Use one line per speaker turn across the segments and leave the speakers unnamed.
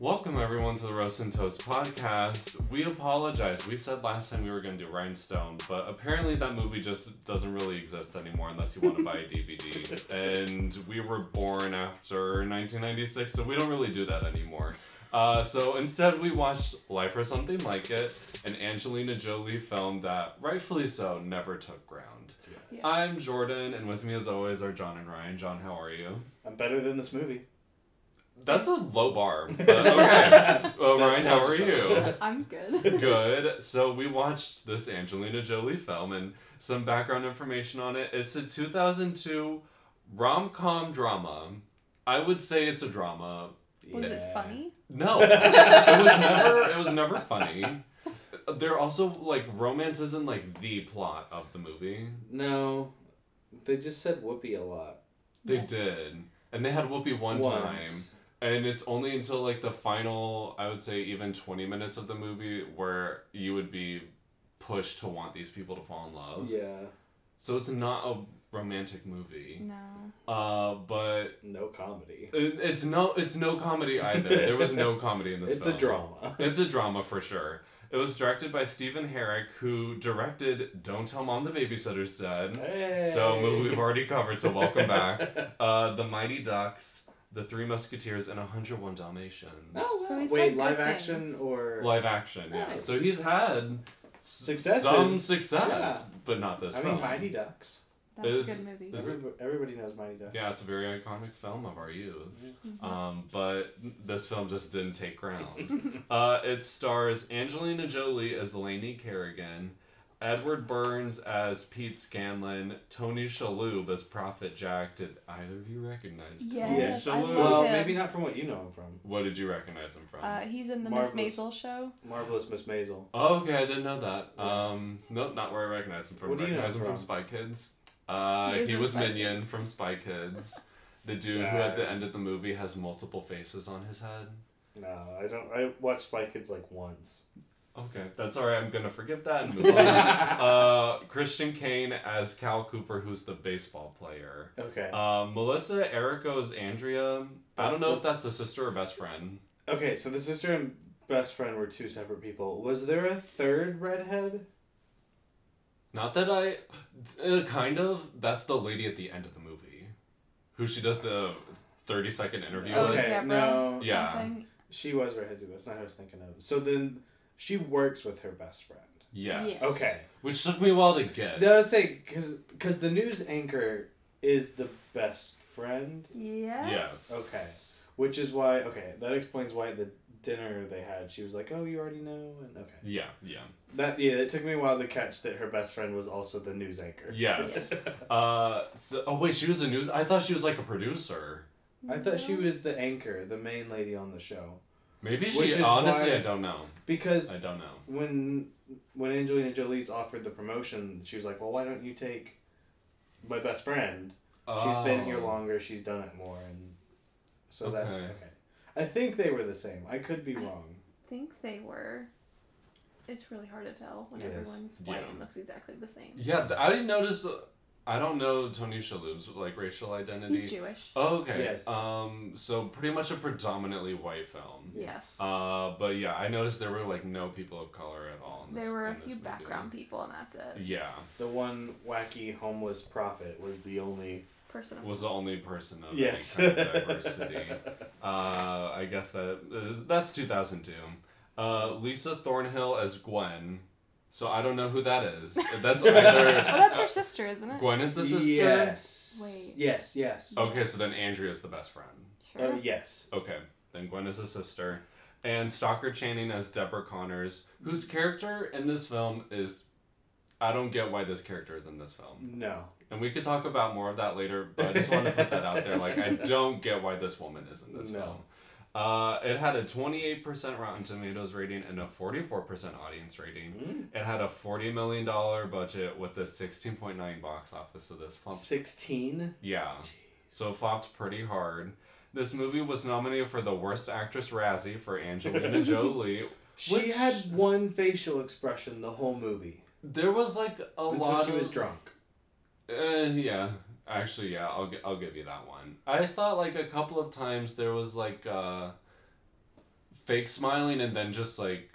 Welcome everyone to the Roast and Toast podcast. We apologize. We said last time we were going to do Rhinestone, but apparently that movie just doesn't really exist anymore unless you want to buy a DVD. And we were born after 1996, so we don't really do that anymore. Uh, so instead, we watched Life or Something Like It, an Angelina Jolie film that, rightfully so, never took ground.
Yes.
I'm Jordan, and with me as always are John and Ryan. John, how are you?
I'm better than this movie.
That's a low bar. But okay. well,
That
Ryan, how are
tells you
you?
something.
I'm good.
Good. So we watched this Angelina Jolie film and some background information on it. It's a 2002 rom com drama. I would say it's a drama.
Was it funny?
No, it was never. It was never funny. There are also like romance isn't like the plot of the movie.
No, they just said whoopee a lot.
They
Yes.
did, and they had Whoopi one
Once.
time. And it's only until like the final, I would say, even 20 minutes of the movie where you would be pushed to want these people to fall in love.
Yeah,
So it's not a romantic movie.
No.
Uh, but
no comedy.
it, it's no it's no comedy either. there was no comedy in this
It's
film.
a drama.
It's a drama for sure. It was directed by Stephen Herrick, who directed Don't Tell Mom the Babysitter's Dead. So, movie we've already covered, so welcome back. Uh, the Mighty Ducks, The Three Musketeers, and 101 Dalmatians.
Oh,
So
wow.
he's
wait,
had good
live action
things.
or
live action. Yeah.
Nice.
So he's had s-
Successes.
some success, but not this
I
film.
mean Mighty Ducks.
That's
Is-
a good movie.
is-
Everybody, everybody knows Mighty Ducks.
yeah, it's a very iconic film of our youth.
Mhm.
Um, but this film just didn't take ground. uh, it stars Angelina Jolie as Lainey Kerrigan, Edward Burns as Pete Scanlan, Tony Shalhoub as Prophet Jack. Did either of you recognize Tony
Yes, I
Shalhoub?
love
Well,
him.
maybe not from what you know him from.
What did you recognize him from?
Uh, he's in the Miss
Marvelous.
Maisel show.
Marvelous Miss Maisel.
Oh, okay, I didn't know that.
Yeah.
Um, nope, not where I recognize him from.
What do you know
recognize him
him
from?
from?
Spy Kids. Uh,
He
he,
is in
was
Spy
Minion from Spy Kids. The dude who at the
Yeah.
end of the movie has multiple faces on his head.
No, I don't. I watched Spy Kids like once.
Okay, that's all right. I'm gonna forgive that and move on. uh, Christian Kane as Cal Cooper, who's the baseball player.
Okay.
Uh, Melissa Erico is Andrea. I
That's
don't know
the-
if that's the sister or best friend.
Okay, so the sister and best friend were two separate people. Was there a third redhead?
Not that I, uh, kind of. That's the lady at the end of the movie, who she does the thirty second interview
Oh,
with.
okay,
Deborah.
no.
Yeah.
Something.
She was redheaded. That's not what I was thinking of. So then she works with her best friend.
Yes.
Yes.
Okay.
Which took me a while to get.
Now I was saying, because the news anchor is the best friend,
Yeah.
Yes.
which is why, okay, that explains why at the dinner they had, she was like, oh, you already know? And okay.
Yeah, yeah.
That, yeah, it took me a while to catch that her best friend was also the news anchor.
Yes. Uh, so, oh wait, she was a news. I thought she was like a producer.
I thought she was the anchor, the main lady on the show.
Maybe
Which
she.
is
Honestly,
why-
I don't know.
Because
I don't know.
when when Angelina Jolie's offered the promotion, she was like, "Well, why don't you take my best friend? She's been here
Oh.
longer. She's done it more." And so that's
Okay.
okay. I think they were the same. I could be wrong.
I think they were. It's really hard to tell when
It is.
everyone's white
Yeah.
and looks exactly the same.
Yeah, th- I didn't notice. uh, I don't know Tony Shalhoub's like racial identity.
He's Jewish.
oh, okay.
Yes.
Um. So pretty much a predominantly white film.
Yes.
Uh. But yeah, I noticed there were like no people of color at all. In this,
there were a
in this
few
movie.
background people, and that's it.
Yeah,
The one wacky homeless prophet was the only.
Person of
was the only person of
Yes.
any kind of diversity. Uh, I guess that is, that's 2002. Uh, Lisa Thornhill as Gwen. So I don't know who that is. That's
Oh,
either
that's her sister, isn't it?
Gwen is the sister.
Yes.
Wait.
Yes. Yes. Oh.
Okay, so then Andrea is the best friend.
Sure.
yes.
Okay, then Gwen is a sister, and Stalker Channing as Deborah Connors, whose character in this film is. I don't get why this character is in this film.
No.
And we could talk about more of that later, but I just want to put that out there. Like, I don't get why this woman is in this
No.
film. Uh, it had a 28% Rotten Tomatoes rating and a 44% audience rating.
Mm.
It had a $40 million budget with a 16.9 box office, so this
Oh.
flopped.
Sixteen.
Yeah.
Jeez.
So it flopped pretty hard. This movie was nominated for the Worst Actress Razzie for Angelina Jolie.
She
Which-
had one facial expression the whole movie
There was like a
until
lot
she
of
was drunk.
Uh, yeah, actually, yeah, I'll gi- I'll give you that one. I thought like a couple of times there was like uh, fake smiling and then just like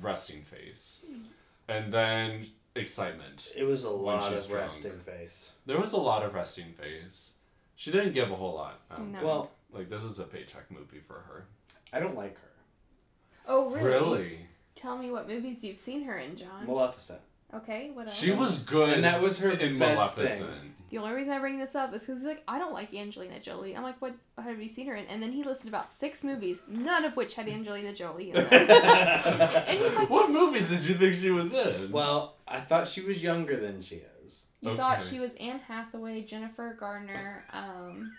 resting face. And then excitement.
It was a
When
lot
she's
of
drunk.
resting face.
There was a lot of resting face. She didn't give a whole lot. I don't
No.
think.
Well,
like this is a paycheck movie for her.
I don't like her.
Oh, really?
Really?
Tell me what movies you've seen her in, John.
Maleficent.
okay, what else?
She was good.
And that was her
in
best
Maleficent.
The only reason I bring this up is because like, I don't like Angelina Jolie. I'm like, what, what have you seen her in? And then he listed about six movies, none of which had Angelina Jolie in them. and he's like,
What movies did you think she was in?
Well, I thought she was younger than she is.
you thought
Okay.
she was Anne Hathaway, Jennifer Garner. Um,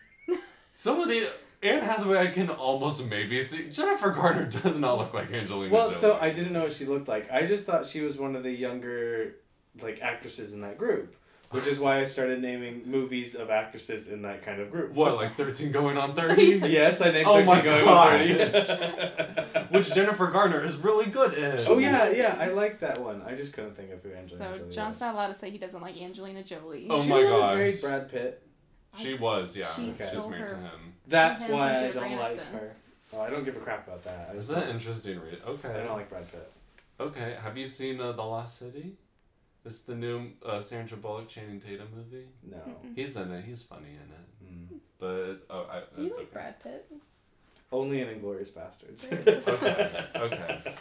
Some of the Anne Hathaway I can almost maybe see. Jennifer Garner does not look like Angelina
Well,
Jolie.
so I didn't know what she looked like. I just thought she was one of the younger, like actresses in that group, which is why I started naming movies of actresses in that kind of group.
what like thirteen going on thirty,
Yes, I named
Oh
13
my
going
God,
on 30.
which Jennifer Garner is really good in.
oh yeah, yeah, I like that one. I just couldn't think of who Angelina
so
Jolie
John's
was.
not allowed to say he doesn't like Angelina Jolie.
Oh
she
my
would've
gosh.
married Brad Pitt.
she was yeah.
She
She was
stole
married to
her-
him.
That's
Sometimes
why I
Jennifer
don't like
Aniston.
her. Oh, I don't give a crap about that. I
Is
just
that interesting? Read okay.
I don't like Brad Pitt.
Okay, have you seen uh, The Lost City? It's the new uh, Sandra Bullock, Channing Tatum movie.
No.
He's in it. He's funny in it.
Mm.
But oh, I, it's
You like
okay.
Brad Pitt.
Only in Inglorious Bastards.
There it is.
Okay. okay.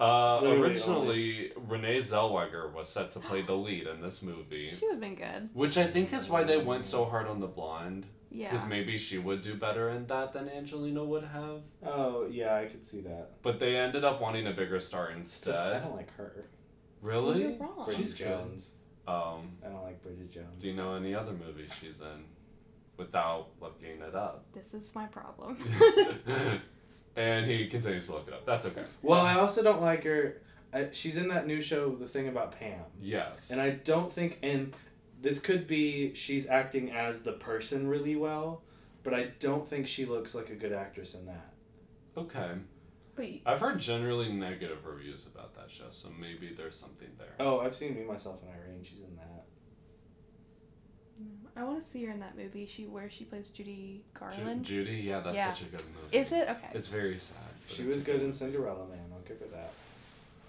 Uh,
Literally
originally, Renee Zellweger was set to play the lead in this movie,
She would have been good.
which I think is why they went so hard on the blonde,
Yeah.
because maybe she would do better in that than Angelina would have.
oh yeah, I could see that.
But they ended up wanting a bigger star
Except I
instead.
don't like her.
Really?
You're wrong.
Bridget
She's good.
Jones.
Um,
I don't like Bridget Jones.
do you know any other movie she's in, without looking it up?
This is my problem.
and he continues to look it up. That's okay.
Well, I also don't like her. I, she's in that new show, The Thing About Pam,
Yes.
and I don't think. And this could be she's acting as the person really well, but I don't think she looks like a good actress in that.
okay.
but you-
I've heard generally negative reviews about that show, so maybe there's something there.
Oh, I've seen me myself and Irene. She's in that.
I want to see her in that movie. She where she plays Judy
Ju-
Garland.
Judy, yeah, that's
Yeah.
such a good movie.
is it okay?
It's very sad. but
She
it's
was
a
good in Cinderella Man. I'll give her that.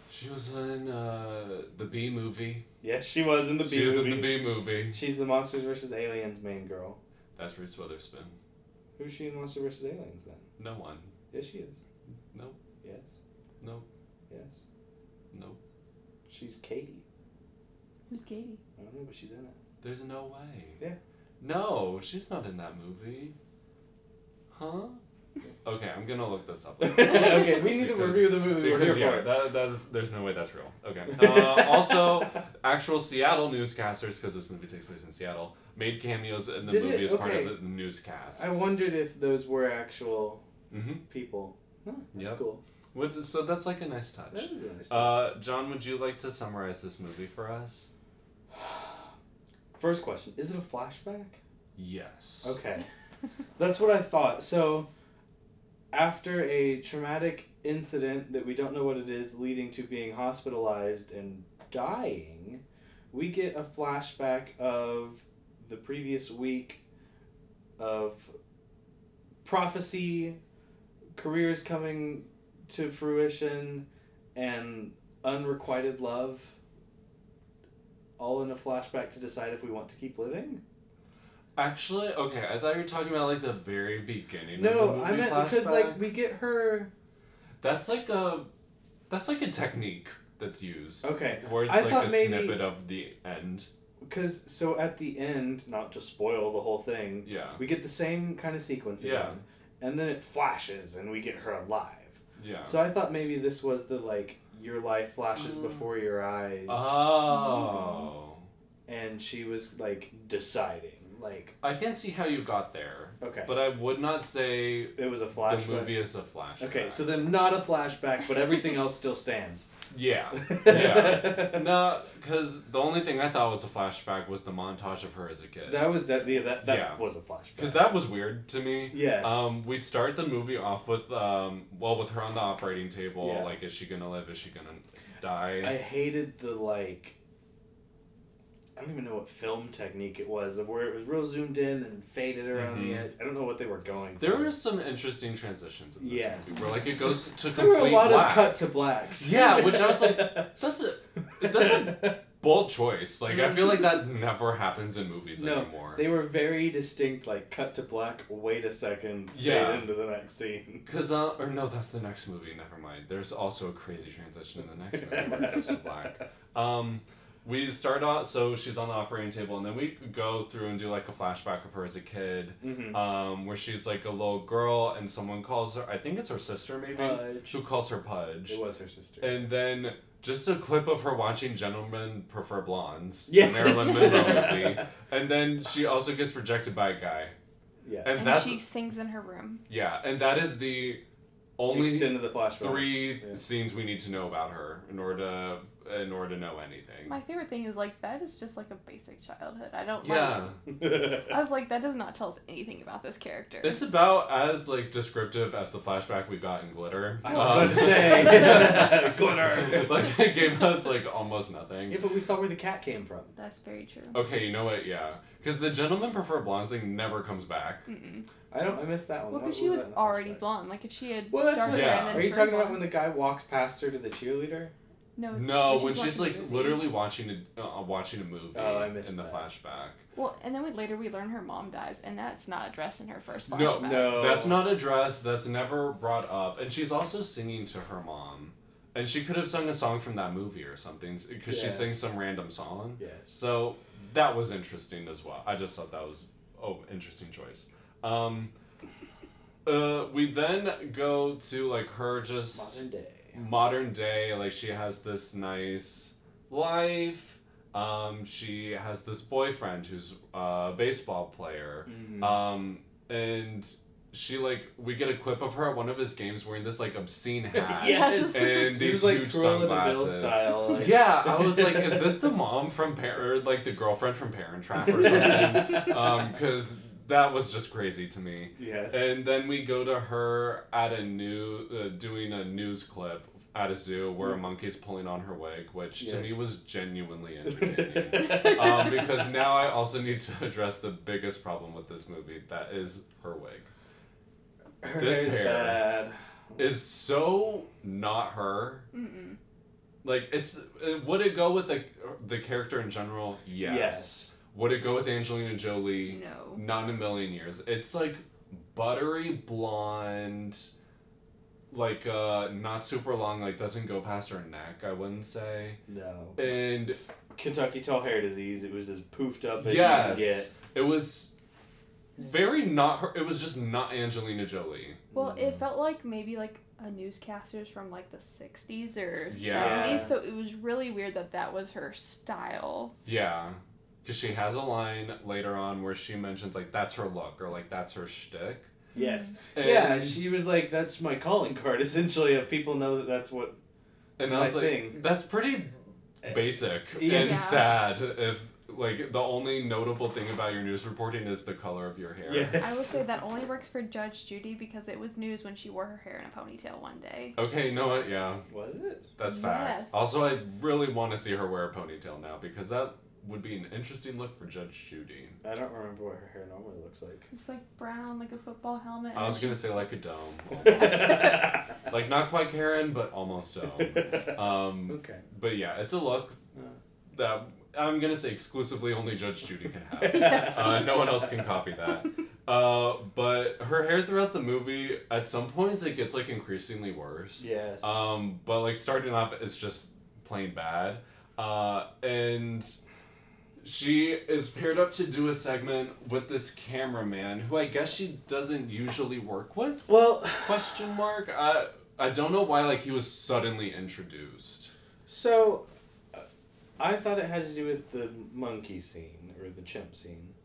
She was in uh, the B movie.
Yes, she was in the
she
B
was
movie.
in the B movie.
She's the Monsters vs. Aliens main girl.
That's Reese Witherspoon.
Who's she in Monsters vs. Aliens then?
No one.
Yes, she is.
No.
Yes.
No.
Yes.
No.
She's Katie.
Who's Katie?
I don't know, but she's in it.
There's no way.
Yeah.
No, she's not in that movie. Huh? Okay, I'm gonna look this up.
okay, we need to
Because-
review the movie. We're here
Because yeah,
for it.
that, that's there's no way that's real. Okay. Uh, also, actual Seattle newscasters, because this movie takes place in Seattle, made cameos in the
Did
movie
it?
as part
Okay.
of the, the newscast.
I wondered if those were actual
hmm
people. Huh, that's
Yep.
cool.
With, so that's like a nice touch.
That is a nice touch.
Uh, John, would you like to summarize this movie for us?
First question: Is it a flashback?
Yes.
Okay, that's what I thought. So, after a traumatic incident that we don't know what it is, leading to being hospitalized and dying, we get a flashback of the previous week of prophecy, careers coming to fruition, and unrequited love. All in a flashback to decide if we want to keep living.
Actually, okay, I thought you were talking about like the very beginning. of the
No,
movie
I meant because
flashback.
like we get her.
that's like a that's like a technique that's used.
Okay,
Where it's
I
like
thought
a
maybe-
snippet of the end.
because so at the end, not to spoil the whole thing,
Yeah.
we get the same kind of sequence again,
Yeah.
and then it flashes, and we get her alive.
Yeah.
So I thought maybe this was the like your life flashes
Mm.
before your eyes,
Uh-huh. Oh.
and she was like deciding, like
I can see how you got there,
okay,
but I would not say
it was a
the
flashback.
movie is a flashback.
Okay, so then not a flashback, but everything else still stands.
yeah, Yeah. no, because the only thing I thought was a flashback was the montage of her as a kid.
That was that. Yeah, that, that
Yeah.
was a flashback.
Because that was weird to me.
Yes.
Um, we start the movie off with um, well, with her on the operating table.
Yeah.
Like, is she gonna live? Is she gonna die?
I hated the like I don't even know what film technique it was of where it was real zoomed in and faded around the
Mhm.
edge. I don't know what they were going for.
There were some interesting transitions in this
Yes.
movie where like it goes to complete
There were a lot
black.
of cut to blacks.
Yeah, which I was like, That's a that's bold choice. Like I feel like that never happens in movies
No,
anymore.
They were very distinct, like cut to black. Wait a second, fade
Yeah.
into the next scene.
Cause uh, or no, that's the next movie. Never mind. There's also a crazy transition in the next movie where it goes to black. Um, we start out so she's on the operating table, and then we go through and do like a flashback of her as a kid,
Mhm.
um, where she's like a little girl, and someone calls her. I think it's her sister, maybe,
Pudge.
who calls her Pudge.
It was her sister.
Uh, And then just a clip of her watching Gentlemen Prefer Blondes, the
Yes.
Marilyn Monroe movie. And then she also gets rejected by a guy.
yeah.
And,
And
that's
she sings in her room.
yeah, and that is the only
extended the flashback.
three
Yeah.
scenes we need to know about her in order to in order to know anything.
My favorite thing is like that is just like a basic childhood. I don't like.
yeah,
I was like that does not tell us anything about this character.
it's about as like descriptive as the flashback we got in Glitter. Um,
I was about to
say.
Glitter.
like it gave us like almost nothing.
yeah, but we saw where the cat came from.
That's very true.
Okay, you know what? Yeah, because the gentleman prefer blondes thing never comes back.
Mm-mm.
I don't. I missed that one.
Well,
Oh, What
because she was
that in the
already
flashback?
blonde. Like if she had
Well, that's
dark
what.
Yeah.
hair and then
Are you
turned
talking
blonde.
about when the guy walks past her to the cheerleader?
No, it's-
No, when she's
watching
like
the movie.
literally watching a uh, watching a movie
Oh, I missed
in the
that.
flashback.
Well, and then we, later we learn her mom dies, and that's not addressed in her first
No,
flashback.
no.
That's not addressed. That's never brought up. And she's also singing to her mom, and she could have sung a song from that movie or something because she
Yes.
sings some random song.
Yes.
So that was interesting as well. I just thought that was oh interesting choice. Um, uh, we then go to like her just
Modern day.
modern day like she has this nice life um, she has this boyfriend who's a baseball player
Mm.
um, and she like we get a clip of her at one of his games wearing this like obscene hat
yes.
and
She
these
was like
huge
Cruella de Vil
sunglasses
style. Like,
yeah i was like is this the mom from parent or like the girlfriend from parent trap or something because that was just crazy to me
yes.
and then we go to her at a new uh, doing a news clip at a zoo where a monkey's pulling on her wig, which to me
Mm. Yes.
was genuinely entertaining. um, because now I also need to address the biggest problem with this movie that is her wig.
Her
this
hair's
hair.
bad.
Is so not her.
Mm-mm.
Like it's uh, would it go with the the character in general? Yes.
Yes.
Would it go with Angelina Jolie?
No.
Not in a million years. It's like buttery blonde, like uh, not super long, like doesn't go past her neck. I wouldn't say.
No.
And
Kentucky tall hair disease. It was as poofed up as you
yes,
can get.
it was very not her. It was just not Angelina Jolie.
Well, it felt like maybe like a newscaster's from like the 60s or
Yeah.
70s, so it was really weird that that was her style.
Yeah. Because she has a line later on where she mentions like that's her look or like that's her shtick.
Yes.
And,
yeah, she was like, "That's my calling card." Essentially, if people know that that's what.
and I was
my
like,
thing. Eh.
that's pretty basic
Yeah.
and
Yeah.
sad. If like the only notable thing about your news reporting is the color of your hair.
Yes.
I would say that only works for Judge Judy because it was news when she wore her hair in a ponytail one day.
Okay, you know what? Yeah,
Was it?
that's fact.
Yes.
Also, I really want to see her wear a ponytail now because that would be an interesting look for Judge Judy.
I don't remember what her hair normally looks like.
It's like brown, like a football helmet.
I was
and
gonna say like a dome,
okay.
like not quite Karen, but almost dome. Um, but yeah, it's a look
Yeah.
that I'm gonna say exclusively only Judge Judy can have.
Yes.
Uh, no one else can copy that. Uh, but her hair throughout the movie, at some points, it gets like increasingly worse.
Yes.
Um, but like starting off, it's just plain bad. Uh, and she is paired up to do a segment with this cameraman who I guess she doesn't usually work with.
well,
Question mark. I I don't know why like he was suddenly introduced.
so uh, I thought it had to do with the monkey scene or the chimp scene.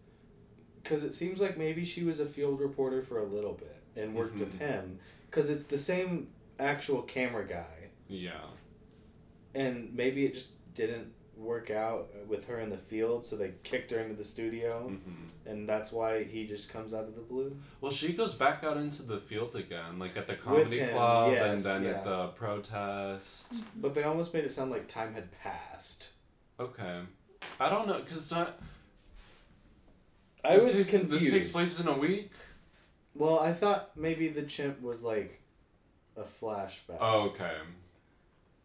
Because it seems like maybe she was a field reporter for a little bit and worked with
Mhm.
him. Because it's the same actual camera guy.
Yeah.
And maybe it just didn't work out with her in the field, so they kicked her into the studio.
hmm
And that's why he just comes out of the blue.
Well, she goes back out into the field again, like at the comedy
him,
club and
yes,
then
yeah.
at the protest.
But they almost made it sound like time had passed.
Okay. I don't know, because I
I was
takes,
confused.
This takes place in a week?
Well, I thought maybe the chimp was like a flashback.
Oh, okay.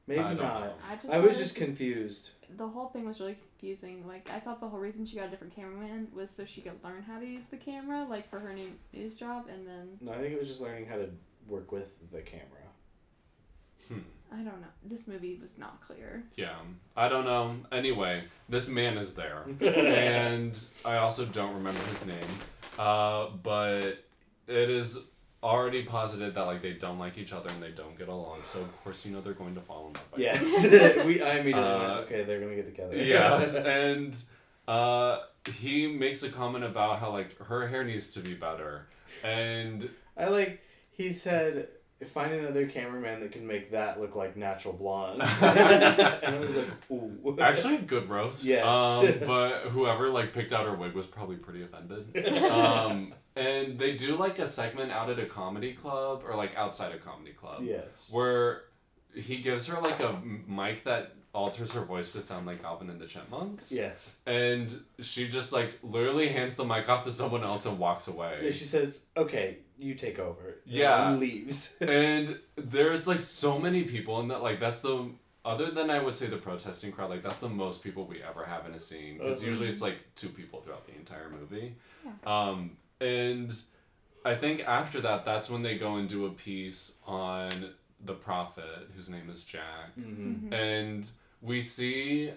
maybe
I don't
not.
know.
I just
I
thought
was
it
just confused.
the whole thing was really confusing. Like I thought the whole reason she got a different cameraman was so she could learn how to use the camera, like for her new news job, and then
No, I think it was just learning how to work with the camera.
Hmm.
I don't know. This movie was not clear.
Yeah. I don't know. Anyway, this man is there. and I also don't remember his name. Uh, but it is already posited that like they don't like each other and they don't get along. So of course you know they're going to fall in love. by now.
Yes, we. I immediately went,
Uh,
okay, they're gonna get together.
yes. And uh, he makes a comment about how like her hair needs to be better. And
I like. He said, "Find another cameraman that can make that look like natural blonde." and I was like, "Ooh."
actually good roast.
Yes.
Um, but whoever like picked out her wig was probably pretty offended. Um, and they do like a segment out at a comedy club or like outside a comedy club.
yes.
where he gives her like a mic that alters her voice to sound like Alvin and the Chipmunks.
Yes.
And she just like literally hands the mic off to someone else and walks
Yeah,
away.
She says, "Okay, you take over."
Yeah.
And leaves.
and there's like so many people in that like that's the other than I would say the protesting crowd like that's the most people we ever have in a scene because
Uh-huh.
usually it's like two people throughout the entire movie. Um, and I think after that that's when they go and do a piece on the prophet whose name is Jack.
Mhm.
and we see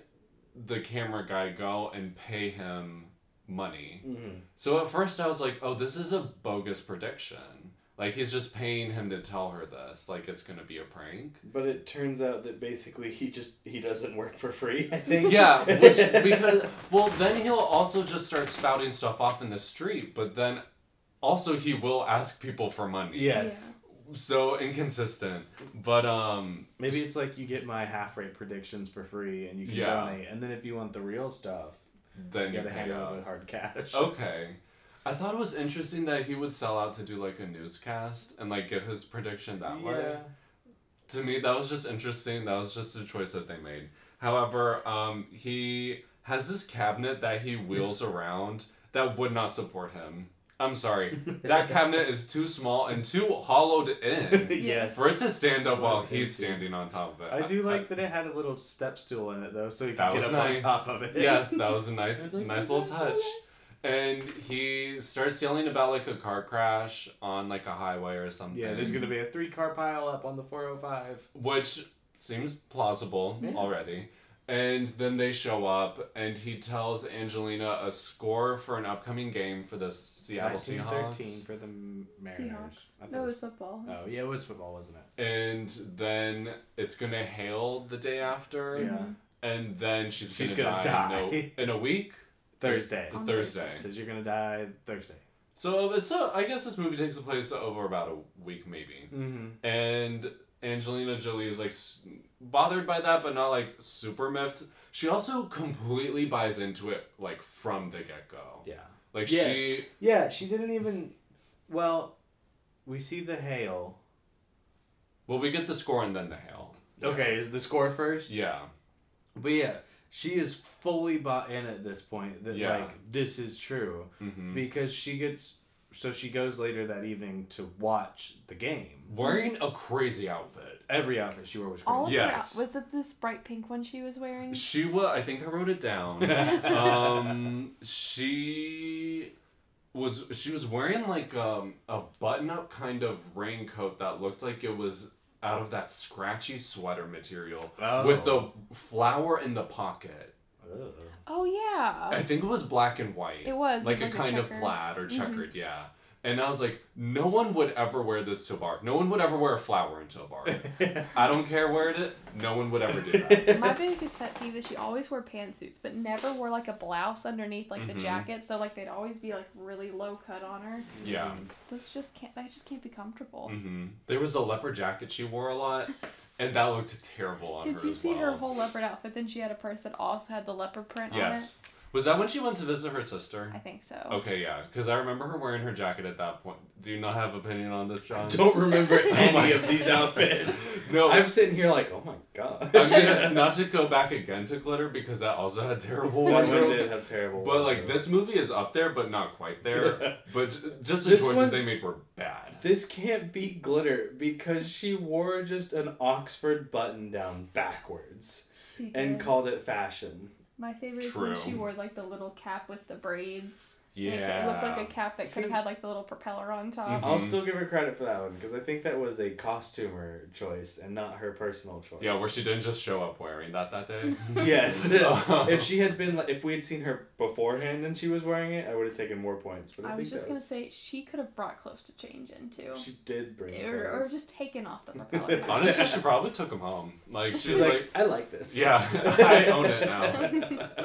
the camera guy go and pay him money.
Mhm.
So at first I was like, oh, this is a bogus prediction. Like he's just paying him to tell her this, like it's gonna be a prank.
But it turns out that basically he just he doesn't work for free. I think.
Yeah, which because well then he'll also just start spouting stuff off in the street, but then also he will ask people for money.
yes.
So inconsistent. But um
Maybe it's like you get my half rate predictions for free and you can
Yeah.
donate. And then if you want the real stuff,
then
you
you
gotta
pay
hand
out. Oh,
out the hard cash.
Okay. I thought it was interesting that he would sell out to do like a newscast and like give his prediction that way.
Yeah.
To me, that was just interesting. That was just a choice that they made. However, um, he has this cabinet that he wheels around that would not support him. I'm sorry. That cabinet is too small and too hollowed in
yes.
for it to stand up
It
while
was
he's
empty.
standing on top of it.
I do like that it had a little step stool in it though, so you
Uh, That
can get
was
up
nice.
on top of it.
yes, that was a
I
nice,
was like,
nice
"Is
little
that
touch. And he starts yelling about like a car crash on like a highway or something.
Yeah, there's gonna be a three car pile up on the 405.
which seems plausible
Yeah.
already. And then they show up, and he tells Angelina a score for an upcoming game for the Seattle
1913
Seahawks.
for the M- Mariners. I
Seahawks.
thought
No,
it
it
was-
was football.
Oh yeah, it was football, wasn't it?
And then it's gonna hail the day after,
Yeah.
and then she's,
She's
gonna,
gonna
die,
die.
In, a, in a week,
Thursday.
On
Thursday.
Says you're gonna die Thursday.
So it's a. I guess this movie takes place over about a week, maybe.
Mm-hmm.
And Angelina Jolie is like s- bothered by that, but not like super miffed. She also completely buys into it like from the get go.
Yeah.
Like
Yes.
she,
Yeah, she didn't even. Well, we see the hail.
well, we get the score and then the hail.
Okay, is the score first?
Yeah.
But yeah, she is fully bought in at this point that
Yeah.
like this is true
Mm-hmm.
hmm
because she gets so she goes later that evening to watch the game.
Wearing a crazy outfit.
Every outfit she wore was crazy.
All of
Yes.
her, was it this bright pink one she was wearing?
She was. I think I wrote it down. um, she was. She was wearing like um, a button-up kind of raincoat that looked like it was out of that scratchy sweater material
Oh.
with the flower in the pocket.
Ugh.
Oh yeah.
I think it was black and white.
It was,
like,
it was
a
like
kind of
checkered. Mm-hmm.
plaid or checkered, yeah. And I was like, no one would ever wear this to a bar. No one would ever wear a flower into a bar. I don't care where it is. No one would ever do that.
My biggest pet peeve is she always wore pantsuits, but never wore like a blouse underneath like
Mhm.
the jacket. So like they'd always be like really low cut on her.
Yeah.
Those just can't. That just can't be comfortable.
hmm There was a leopard jacket she wore a lot, and that looked terrible on
Did
her.
you
as
see her
well.
whole leopard outfit? Then she had a purse that also had the leopard print on it.
Yes. Oh, Was that when she went to visit her sister?
I think so.
Okay, yeah, because I remember her wearing her jacket at that point. Do you not have opinion on this, John?
Don't remember
Oh
my
any of these
God.
outfits.
No,
I'm sitting here like, oh my god.
I'm gonna, not to go back again to glitter because that also had terrible
That one
wardrobe.
did have terrible.
But like
wardrobe.
this movie is up there, but not quite there. But j- just the
This
choices
one-
they make were bad.
This can't beat glitter because she wore just an Oxford button down backwards
She
and
did.
called it fashion.
My favorite is
True.
when she wore like the little cap with the braids.
Yeah.
Like, it looked like a cap that could
See-
have had like the little propeller on top.
Mhm.
I'll still give her credit for that one because I think that was a costumer choice and not her personal choice.
yeah, where she didn't just show up wearing that that day.
Yes.
Oh.
if she had been, like, if we had seen her beforehand and she was wearing it, I would have taken more points. But I,
I
think
was just
that
gonna say she could have brought clothes to change into,
She did bring it.
or, or just taken off the propeller. cap.
Honestly, she probably took him home. Like she's,
She's like,
like,
I like this.
yeah, I own it now.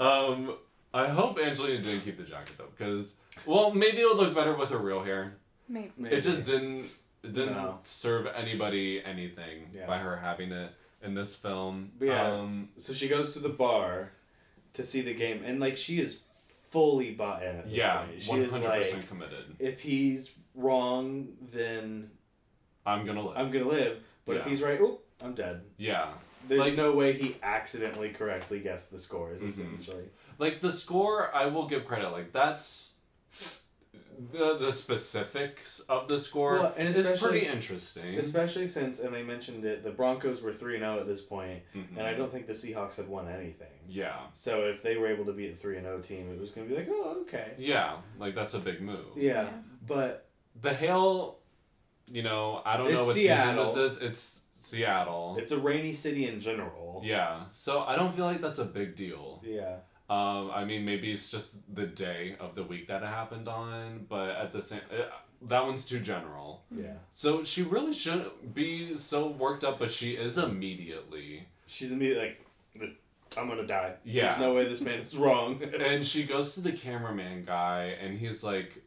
Um, I hope Angelina didn't keep the jacket though, because well, maybe it would look better with her real hair.
Maybe.
Maybe.
It just didn't it didn't
No.
serve anybody anything
Yeah.
by her having it in this film.
But yeah.
Um,
So she goes to the bar to see the game, and like she is fully bought in at this
yeah,
point. She
one
is
hundred
like,
percent committed.
if he's wrong, then
I'm gonna live.
I'm gonna live. But if
Yeah.
he's right, oh, I'm dead.
yeah.
There's
Like-
no way he accidentally correctly guessed the scores.
Mhm.
Essentially,
Like the score, I will give credit. Like that's the the specifics of the score
Well, and
is
especially-
pretty interesting.
especially since, and they mentioned it, the Broncos were three and zero at this point,
Mhm.
and I don't think the Seahawks had won anything.
Yeah,
So if they were able to beat a three and zero team, it was gonna be like, oh, okay,
yeah. Like that's a big move.
yeah.
Yeah.
But
The hail, you know, I don't know
It's
what
Seattle.
season this is. It's Seattle.
it's a rainy city in general.
yeah, so I don't feel like that's a big deal.
Yeah.
Um, I mean, maybe it's just the day of the week that it happened on, but at the same, uh, that one's too general.
Yeah.
So she really shouldn't be so worked up, but she is immediately,
She's immediately like, this, I'm gonna die.
Yeah.
There's no way this man is wrong.
and she goes to the cameraman guy, and he's like,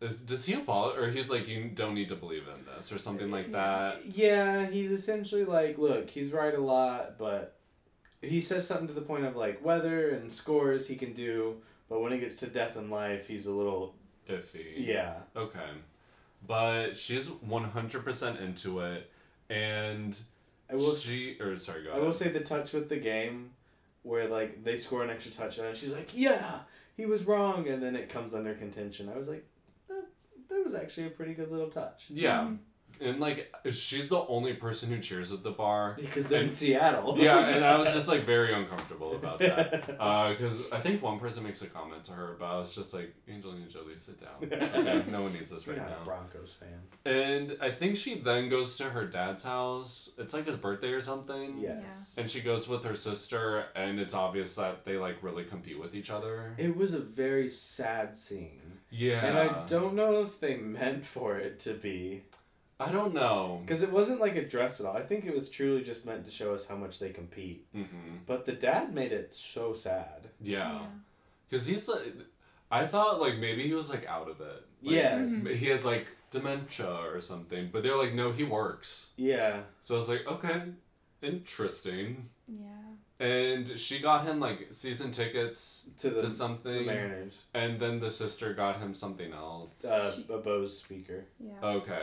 is, "Does he apologize?" Or he's like, "You don't need to believe in this," or something like that.
yeah, he's essentially like, look, he's right a lot, but he says something to the point of like weather and scores he can do, but when it gets to death and life, he's a little
Iffy.
yeah.
Okay. But she's 100% into it. And
I will
she, or sorry, go
I
ahead.
will say the touch with the game, where like they score an extra touchdown, and she's like, yeah, he was wrong, and then it comes under contention. I was like, that, that was actually a pretty good little touch.
yeah. And like, she's the only person who cheers at the bar.
Because they're in
And-
Seattle.
yeah, and I was just like very uncomfortable about that. Because I think one person makes a comment to her, but I was just like, Angelina Jolie, sit down. Okay, no one needs this
You're
right
not a
now.
Broncos fan.
And I think she then goes to her dad's house. It's like his birthday or something.
Yes.
And she goes with her sister, and it's obvious that they like really compete with each other.
It was a very sad scene.
Yeah.
And I don't know if they meant for it to be.
I don't know.
Because it wasn't like addressed at all. I think it was truly just meant to show us how much they compete.
hmm
But the dad made it so sad.
Yeah. Because he's like, I thought like maybe he was like out of it. Like,
Yes.
He has like dementia or something, but they're like, no, he works.
Yeah.
So I was like, okay, interesting.
Yeah.
And she got him like season tickets
To the,
to
to the
something,
Mariners.
and then the sister got him something else.
Uh, a Bose speaker.
Yeah. Yeah.
okay.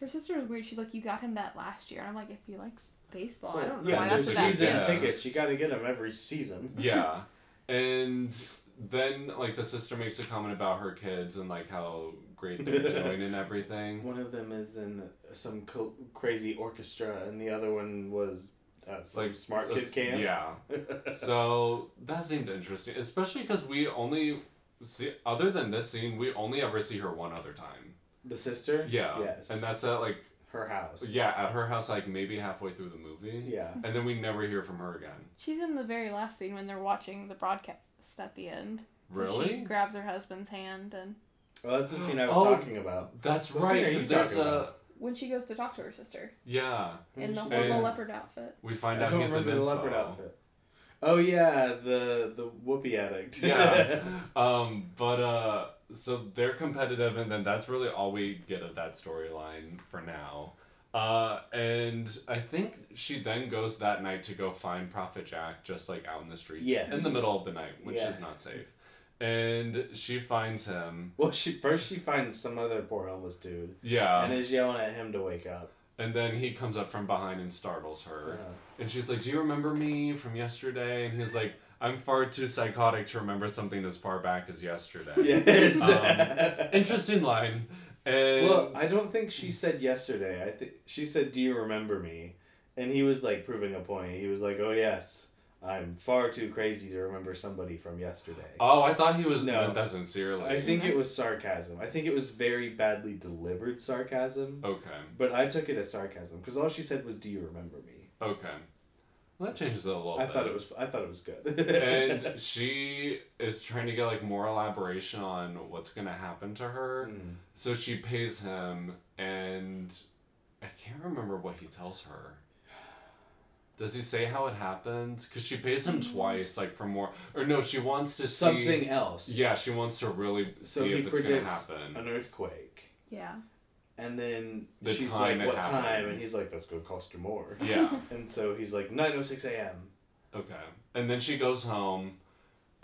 Her sister was weird. She's like, "You got him that last year," and I'm like, "If he likes baseball, I
Well,
don't know
yeah,
why
they're
that's a
just
bad
season
yeah.
gift."
tickets. You gotta get them every season.
yeah and then like the sister makes a comment about her kids and like how great they're doing and everything
One of them is in some co- crazy orchestra, and the other one was uh,
It's
some smart
a-
kid camp.
yeah so that seemed interesting especially because we only see other than this scene we only ever see her one other time
the sister.
yeah
Yes.
and that's at like
her house.
yeah at her house like maybe halfway through the movie
Yeah.
and then we never hear from her again
She's in the very last scene when they're watching the broadcast at the end. where She
really
grabs her husband's hand, and
Well, that's the scene I was
Oh.
talking about.
that's
What scene
right
are you
because there's
talking
a
about?
when she goes to talk to her sister
yeah
in the
Who's-
And-
horrible leopard outfit.
we find
I
out
don't
he's an
remember the leopard
info.
outfit. Oh yeah, the the whoopee addict.
yeah. Um, but uh, so they're competitive, and then that's really all we get of that storyline for now. Uh, and I think she then goes that night to go find Prophet Jack just like out in the streets
Yes.
in the middle of the night, which
Yes.
is not safe. And she finds him.
Well, she first she finds some other poor homeless dude
Yeah.
and is yelling at him to wake up.
And then he comes up from behind and startles her.
Yeah.
And she's like, Do you remember me from yesterday? And he's like, I'm far too psychotic to remember something as far back as yesterday.
Yes.
Um, Interesting line. And
well, I don't think she said yesterday. I think she said, "Do you remember me?" And he was like proving a point. He was like, "Oh yes, I'm far too crazy to remember somebody from yesterday."
Oh, I thought he was
No.
meant that sincerely.
I think it was sarcasm. I think it was very badly delivered sarcasm.
Okay.
But I took it as sarcasm because all she said was, "Do you remember me?"
Okay. Well, that changes it a little
I
bit.
thought it was. I thought it was good.
and she is trying to get like more elaboration on what's gonna happen to her.
Mm.
So she pays him, and I can't remember what he tells her. Does he say how it happened? Because she pays him twice, like for more. Or no, she wants to
Mm. something
see.
else.
Yeah, she wants to really
So
see
he
if it's gonna
predicts
happen.
an earthquake,
Yeah.
and then
The
she's
time
like,
it
"What time?" And
happens.
he's like, "That's gonna cost you more."
Yeah.
And so he's like, 9.06 a.m.
Okay. And then she goes home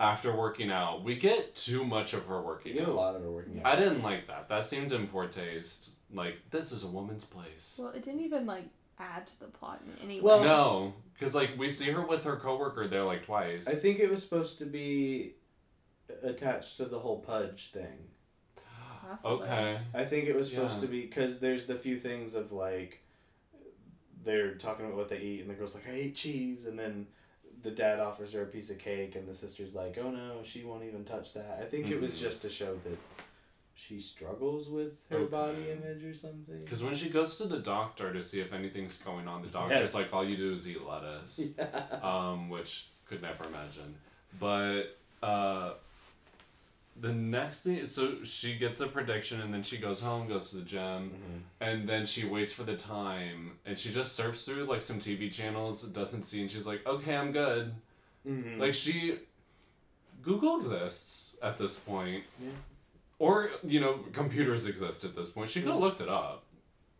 after working out. We get too much of her
You
working
get
out.
a lot of her working out.
I didn't like that. That seemed in poor taste. Like this is a woman's place.
Well, it didn't even like add to the plot in any
Well-
way.
no, because like we see her with her coworker there like twice.
I think it was supposed to be attached to the whole Pudge thing.
Possibly.
okay.
I think it was supposed
Yeah.
to be, because there's the few things of like, they're talking about what they eat, and the girl's like, I hate cheese, and then the dad offers her a piece of cake, and the sister's like, oh no, she won't even touch that. I think it was
Mhm.
just to show that she struggles with her
Okay.
body image or something.
Because when she goes to the doctor to see if anything's going on, the doctor's
Yes.
like, "All you do is eat lettuce," um, which could never imagine. But uh, the next thing, so she gets a prediction, and then she goes home, goes to the gym,
Mhm.
and then she waits for the time, and she just surfs through like some TV channels, doesn't see, and she's like, "Okay, I'm good."
Mhm.
Like she, Google exists at this point.
Yeah.
Or you know, computers exist at this point. She could have looked it up.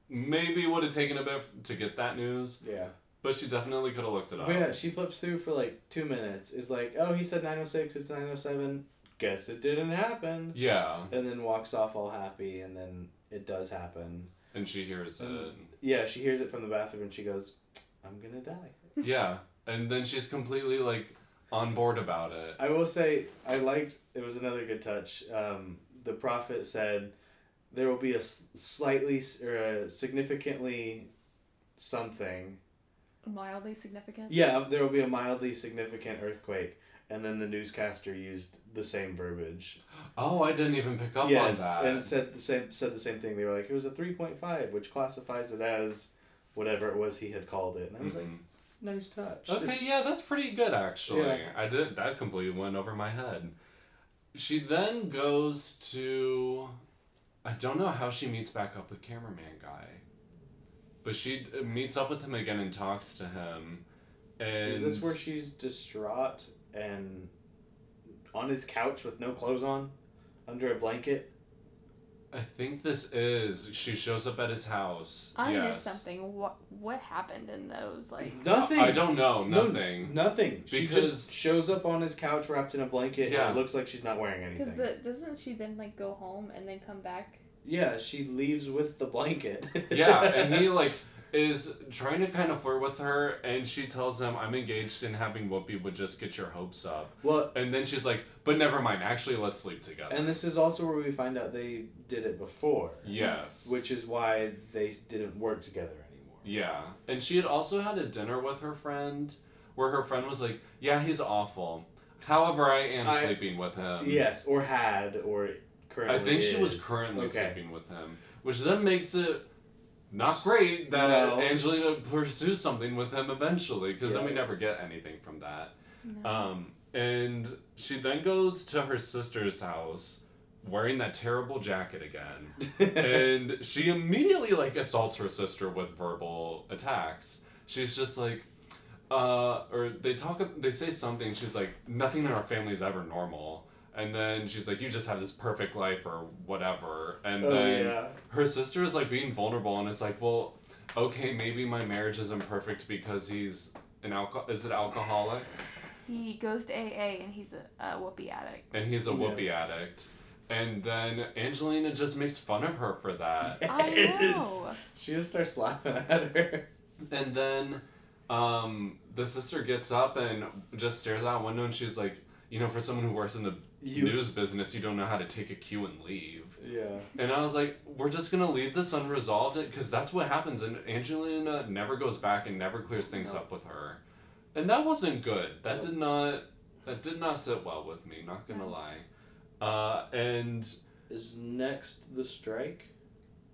Maybe would have taken a bit to get that news,
yeah.
but she definitely could have looked it up.
But yeah, she flips through for like two minutes. Is like, oh, he said 906, it's 907. Guess it didn't happen.
Yeah,
And then walks off all happy, and then it does happen.
and she hears it.
Yeah, she hears it from the bathroom and she goes, I'm gonna die.
yeah, and then she's completely like on board about it.
I will say, I liked it, was another good touch. Um, the prophet said, There will be a s- slightly s- or a significantly something.
Mildly significant.
Yeah, um, there will be a mildly significant earthquake. And then the newscaster used the same verbiage.
Oh, I didn't even pick up
yes,
on that.
and said the same said the same thing. They were like, it was a three point five, which classifies it as whatever it was he had called it. And I was like,
Mhm.
nice touch.
Okay, yeah, that's pretty good actually. I did that completely went over my head. She then goes to I don't know how she meets back up with cameraman guy. But she uh, meets up with him again and talks to him. And
Is this where she's distraught and on his couch with no clothes on, under a blanket?
I think this is she shows up at his house.
I
yes.
missed something. What what happened in those like?
Nothing.
I don't know,
No,
nothing.
nothing. she
Because-
just shows up on his couch wrapped in a blanket
Yeah.
and it looks like she's not wearing
Because
anything.
the doesn't she then like go home and then come back?
Yeah, she leaves with the blanket.
yeah, and he like is trying to kind of flirt with her and she tells him I'm engaged and having Whoopi would just get your hopes up.
well,
And then she's like, but never mind, actually, let's sleep together.
And this is also where we find out they did it before.
yes.
Which is why they didn't work together anymore.
Yeah. And she had also had a dinner with her friend where her friend was like, yeah, he's awful. However, I am
I-
sleeping with him.
yes, or had, or currently.
I think she was
is.
currently
okay.
sleeping with him, which then makes it not great that
No.
Angelina pursues something with him eventually, because then we
Yes.
never get anything from that.
No.
Um, and she then goes to her sister's house wearing that terrible jacket again. and she immediately like assaults her sister with verbal attacks. She's just like, uh, or they talk, they say something. She's like, nothing in our family is ever normal. And then she's like, you just have this perfect life or whatever. And
oh
then
yeah.
her sister is like being vulnerable and it's like, well, okay, maybe my marriage isn't perfect because he's an alcohol. Is it alcoholic?
He goes to AA and he's a, a whoopee addict.
And he's a
Yeah.
whoopee addict. And then Angelina just makes fun of her for that.
I
Yes.
know.
She just starts laughing at her.
And then um, the sister gets up and just stares out window and she's like, you know, for someone who works in the
You-
news business, you don't know how to take a cue and leave.
Yeah.
And I was like, we're just gonna leave this unresolved because that's what happens. And Angelina never goes back and never clears things
No.
up with her, and that wasn't good. That
No.
did not that did not sit well with me. Not gonna
No.
lie. Uh, and
Is next the strike?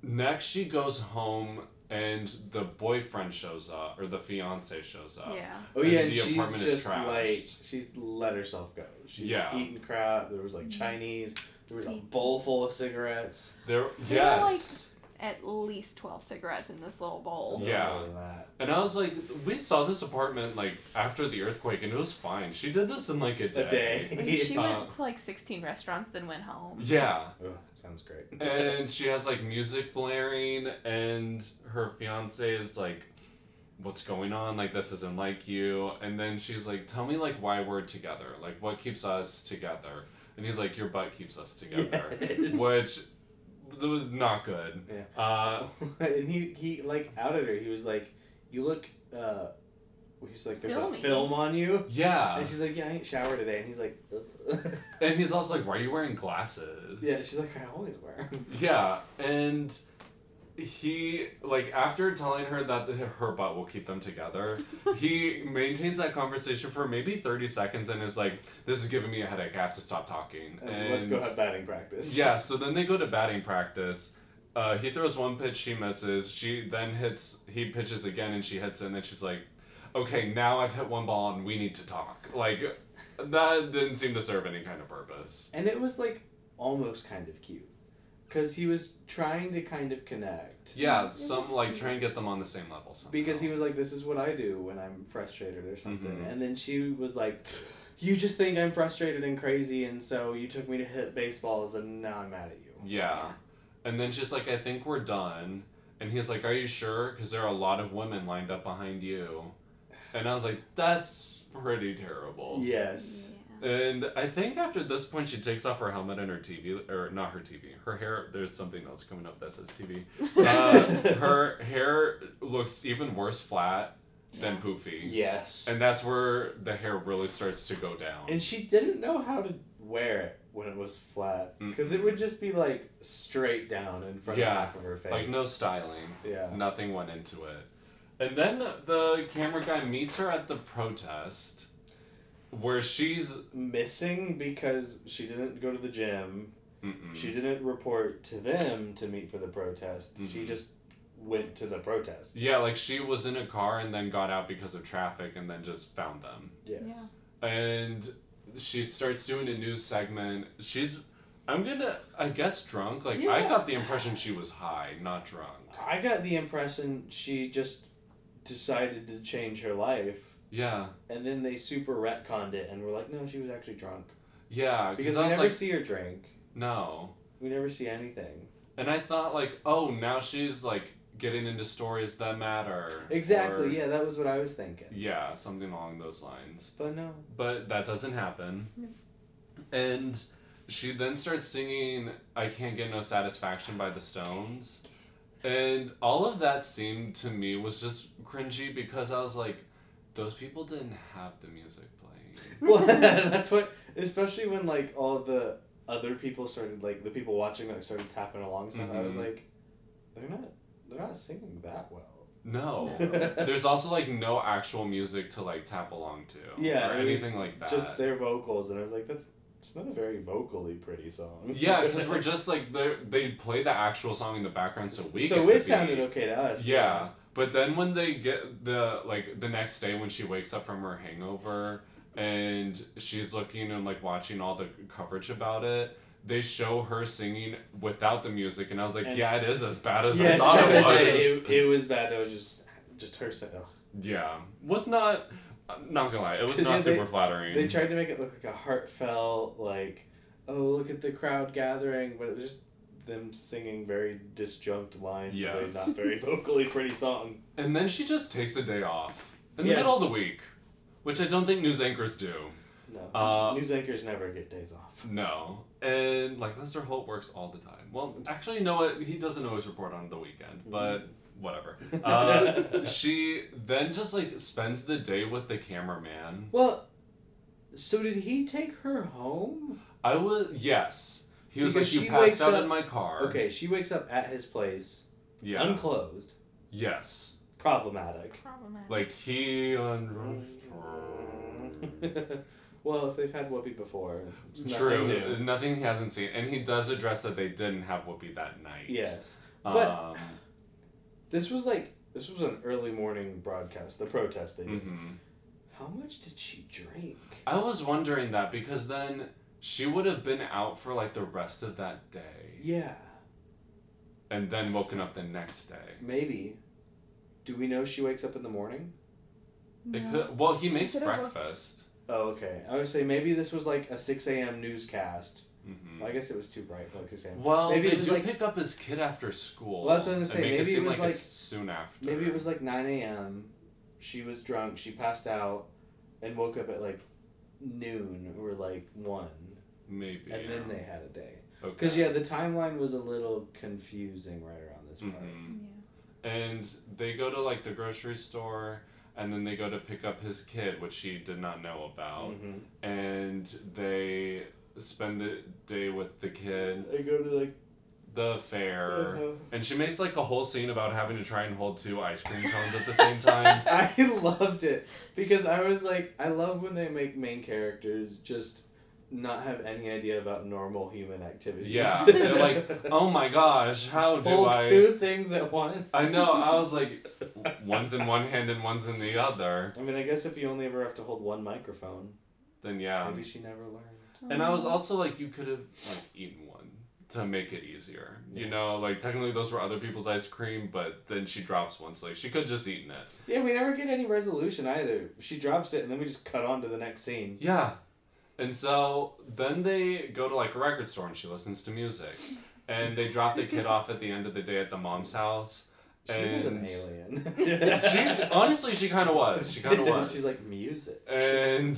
next she goes home, and the boyfriend shows up or the fiance shows up.
Yeah.
Oh
And
yeah, and
the
she's
apartment is
just
trashed.
like she's let herself go. She's
Yeah.
eating crap. There was like Chinese. There was a
Pizza.
bowl full of cigarettes.
There.
They were like-
Yes.
At least 12 cigarettes in this little bowl.
Yeah.
More than that.
And I was like, we saw this apartment like after the earthquake, and it was fine. She did this in like a day.
A day.
Like, she
Uh,
went to like 16 restaurants, then went home.
Yeah.
Ugh, Oh, sounds great.
and she has like music blaring and her fiance is like what's going on like this isn't like you and then she's like tell me like why we're together like what keeps us together and he's like your butt keeps us together
Yes.
which was- it was not good
Yeah.
uh
and he he like outed her. He was like, "You look." uh He's like, "There's
Filmy.
a film on you,"
yeah
and she's like, "Yeah, I ain't showered today." And he's like, "Ugh."
and he's also like why are you wearing glasses
"Yeah." She's like, "I always wear." 'em."
Yeah, and he like after telling her that the, her butt will keep them together, he maintains that conversation for maybe thirty seconds and is like, "This is giving me a headache. I have to stop talking."
And let's go have batting practice.
Yeah, so then they go to batting practice. Uh, he throws one pitch, she misses. She then hits. He pitches again, and she hits it. And then she's like, "Okay, now I've hit one ball, and we need to talk." Like, that didn't seem to serve any kind of purpose.
And it was like almost kind of cute. Because he was trying to kind of connect.
Yeah, some like try and get them on the same level. Somehow.
Because he was like, this is what I do when I'm frustrated or something.
Mhm.
And then she was like, you just think I'm frustrated and crazy, and so you took me to hit baseballs, and now I'm mad at you.
Yeah. And then she's like, I think we're done. And he's like, Are you sure? Because there are a lot of women lined up behind you. And I was like, That's pretty terrible.
Yes.
And I think after this point, she takes off her helmet and her TV, or not her TV, her hair. There's something else coming up that says TV. Uh, her hair looks even worse flat than
Yeah.
poofy.
Yes. And,
And that's where the hair really starts to go down.
she didn't know how to wear it when it was flat. Because it would just be like straight down in front
Mm. Yeah.
of half of her face.
like, no styling.
Yeah.
Nothing went into it. And then the camera guy meets her at the protest where she's.
Missing because she didn't go to the gym.
Mm-mm.
She didn't report to them to meet for the protest. She
Mhm.
just went to the protest.
Yeah, like she was in a car and then got out because of traffic and then just found them.
Yes.
Yeah.
And she starts doing a news segment. She's. I'm gonna, I guess, drunk. Like, I
Yeah.
got the impression she was high, not drunk.
I got the impression she just decided to change her life,
Yeah.
and then they super retconned it and were like, no, she was actually drunk.
Yeah.
Because
Because
we
I was
never
like,
see her drink,
no.
we never see anything.
And I thought, like, oh, now she's, like, getting into stories that matter.
Exactly,
or-
yeah, that was what I was thinking.
Yeah, something along those lines.
But no.
But that doesn't happen.
No.
And she then starts singing I Can't Get No Satisfaction by the Stones. And all of that seemed to me was just cringy because I was like, those people didn't have the music playing.
well, that's what, especially when like all the other people started like the people watching like started tapping along. So I was
Mhm.
like, they're not, they're not singing that well.
No.
No.
There's also like no actual music to like tap along to.
Yeah,
Or
it was
anything like that.
just their vocals, and I was like, that's it's not a very vocally pretty song.
yeah, because we're just like they they play the actual song in the background, so we get
so
the
it
beat.
sounded okay to us.
Yeah, but then when they get the like the next day when she wakes up from her hangover and she's looking and like watching all the coverage about it, they show her singing without the music, and I was like,
And-
yeah, it is as bad as I
Yes,
thought
I
it was.
was like, it, it was bad. It was just just her saying. ugh.
yeah, was not. I'm not gonna lie, it was
'Cause,
not
yeah, they-
super flattering.
They tried to make it look like a heartfelt, like, oh look at the crowd gathering, but it was just them singing very disjunct lines of a
Yes.
not very vocally pretty song.
And then she just takes a day off in
Yes.
the middle of the week, which I don't think news anchors do.
No.
Uh,
News anchors never get days off.
No. And like Lester Holt works all the time. Well, actually, no, it- he doesn't always report on the weekend,
Mm-hmm.
but whatever. Uh, she then just like spends the day with the cameraman.
Well, so did he take her home?
I was, yes. He was
Because
like,
she
you passed
wakes
out
up-
in my car.
Okay, she wakes up at his place,
Yeah.
unclothed,
yes.
problematic.
Problematic.
Like he. On...
well, if they've had Whoopi before, it's nothing
True.
new.
Nothing, he hasn't seen. And he does address that they didn't have Whoopi that night.
Yes,
Um,
But- this was like this was an early morning broadcast. The protest they did.
mhm.
How much did she drink?
I was wondering that because then she would have been out for like the rest of that day
Yeah,
and then woken up the next day.
maybe. Do we know she wakes up in the morning?
It
No.
could, well, he
She
makes
could have wo-
breakfast.
Oh, okay. I would say maybe this was like a six a.m. newscast.
hmm
Well, I guess it was too bright for like six a.m.
Well,
Maybe it
they
was
do
like-
pick up his kid after school.
Well, that's what I was
and
gonna say.
Make
Maybe it
it seem
was
like,
like-
it's soon after.
Maybe it was like nine a.m. She was drunk. She passed out, and woke up at like noon or like one,
Maybe.
and then they had a day.
Okay.
Because yeah, the timeline was a little confusing right around this part.
Mhm.
Yeah.
And they go to like the grocery store, and then they go to pick up his kid, which she did not know about,
Mhm.
and they spend the day with the kid,
They go to like
the fair.
uh-huh.
And she makes like a whole scene about having to try and hold two ice cream cones at the same time.
I loved it because I was like, I love when they make main characters just not have any idea about normal human activities.
Yeah, they're like, Oh my gosh, how do
hold
I?
two things at once.
I know. I was like, one's in one hand and one's in the other.
I mean, I guess if you only ever have to hold one microphone,
Then yeah.
maybe she never learned.
And I was
Um,
also like, you could have like eaten one to make it easier. You
Yes.
know, like technically those were other people's ice cream, but then she drops one, so like she could just eaten it.
Yeah, we never get any resolution either. She drops it, and then we just cut on to the next scene.
Yeah. And so then they go to like a record store and she listens to music. And they drop the kid off at the end of the day at the mom's house.
She was an
And-
alien.
She honestly she kinda was. She kinda was.
She's like music.
and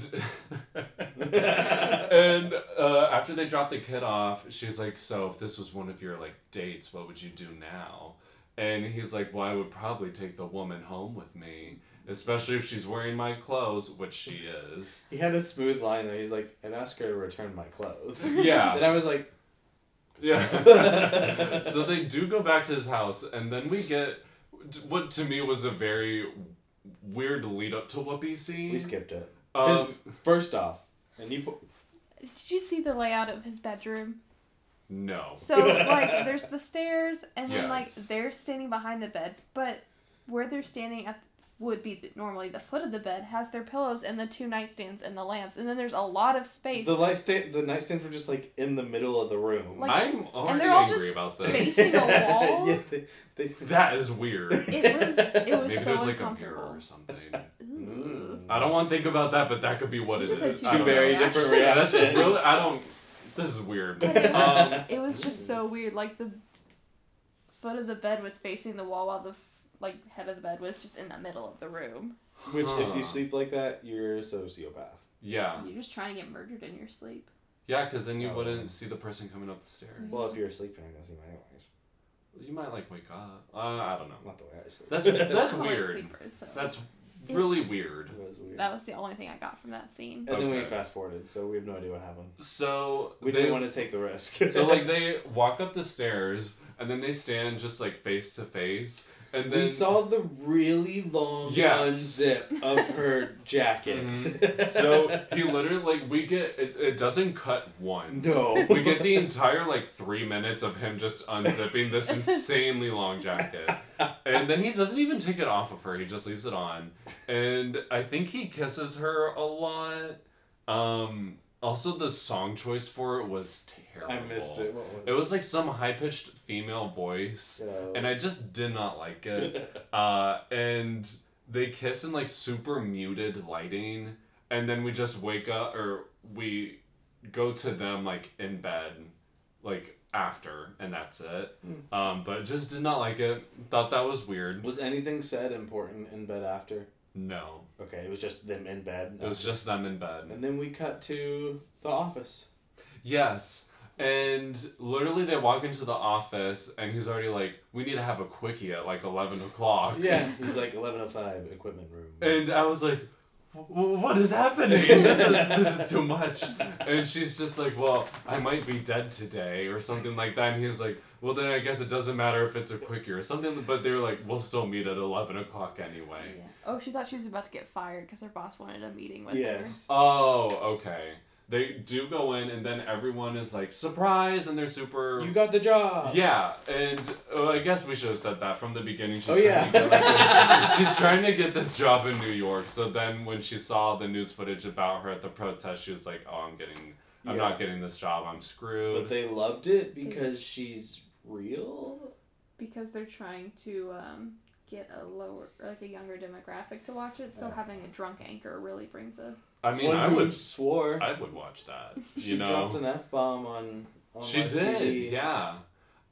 and uh, after they drop the kid off, she's like, "So if this was one of your like dates, what would you do now?" And he's like, "Well, I would probably take the woman home with me, especially if she's wearing my clothes, which she is."
He had a smooth line though. He's like, and ask her to return my clothes.
Yeah,
Then I was like,
yeah. so they do go back to his house, and then we get what to me was a very weird lead up to Whoopi scene.
we skipped it.
Um,
First off, and you put,
Did you see the layout of his bedroom?
no.
So like, there's the stairs, and then like
Yes.
they're standing behind the bed, but where they're standing at would be the, normally the foot of the bed has their pillows and the two nightstands and the lamps, and then there's a lot of space.
the light sta- the nightstands were just like in the middle of the room.
Like-
I'm already
they're all
angry
just
about this.
facing a wall?
yeah, they, they,
That is weird.
it was it was
Maybe
so
there's like a mirror
uncomfortable.
or something.
Mm.
Ooh.
I don't want to think about that, but that could be what
You
it
just had
is.
two
I don't
two very
know.
different
Yeah,
Yeah, that's
reactions.
really. I don't. This is weird.
But it was,
Um,
it was just so weird. Like the foot of the bed was facing the wall, while the f- like head of the bed was just in the middle of the room.
Which, if
Huh.
you sleep like that, you're a sociopath.
yeah,
You're just trying to get murdered in your sleep.
yeah, because then you
Oh.
wouldn't see the person coming up the stairs.
Well, if you're asleep, you're not gonna see them anyways.
You might like wake up. Uh, I don't know.
Not the way I sleep.
That's
that
that's
I'm a light
weird.
sleeper, so
That's really weird.
was weird.
that was the only thing I got from that scene.
and then we
Okay.
fast forwarded, so we have no idea what happened.
So
We
they
didn't want to take the risk.
so like they walk up the stairs and then they stand just like face to face and then
we saw the really long
Yes. Mm-hmm.
unzip of her jacket.
so he literally like we get it, it doesn't cut once.
No.
We get the entire like three minutes of him just unzipping this insanely long jacket. And then he doesn't even take it off of her, he just leaves it on. And I think he kisses her a lot. Um also the song choice for it was terrible.
I missed it. What was
It was like some high pitched female voice
So-
and I just did not like it. uh, and they kiss in like super muted lighting, and then we just wake up or we go to them like in bed, like after, and that's it.
Hmm.
Um, but just did not like it. Thought that was weird.
Was anything said important in bed after?
No,
Okay, it was just them in bed.
it was just them in bed.
And then we cut to the office.
Yes. And literally, they walk into the office, and he's already like, "We need to have a quickie at like eleven o'clock."
Yeah, he's like eleven oh five equipment room.
And I was like, "W- w- what is happening? This is, this is too much. And she's just like, well, I might be dead today or something like that. And he's like, well, then I guess it doesn't matter if it's a quickie or something. But they were like, we'll still meet at 11 o'clock anyway.
Oh, she thought she was about to get fired because her boss wanted a meeting with
yes.
Oh, okay. They do go in, and then everyone is like, surprise, and they're super.
You got the job.
Oh. yeah, and uh, I guess we should have said that from the beginning. She's
Oh,
trying
yeah.
to get, like, a- she's trying to get this job in New York. So then, when she saw the news footage about her at the protest, she was like, "Oh, I'm getting, I'm
Yeah.
not getting this job. I'm screwed."
But they loved it because she's real.
because they're trying to um, get a lower, or like a younger demographic to watch it. So
Yeah.
having a drunk anchor really brings a.
I mean,
One
I
who
would,
swore.
I would watch that.
she
you know,
dropped an f bomb on. on
She
live
did,
TV.
yeah.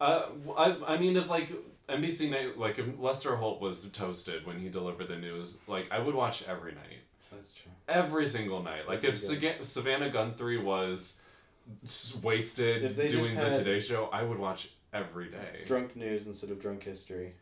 Uh, I, I mean, if like NBC night, like if Lester Holt was toasted when he delivered the news, like I would watch every night,
That's true.
every single night. Like if
That'd
Saga- Savannah Guthrie was s- wasted
If they
doing
just
the
had-
Today Show, I would watch every day.
Drunk news instead of drunk history.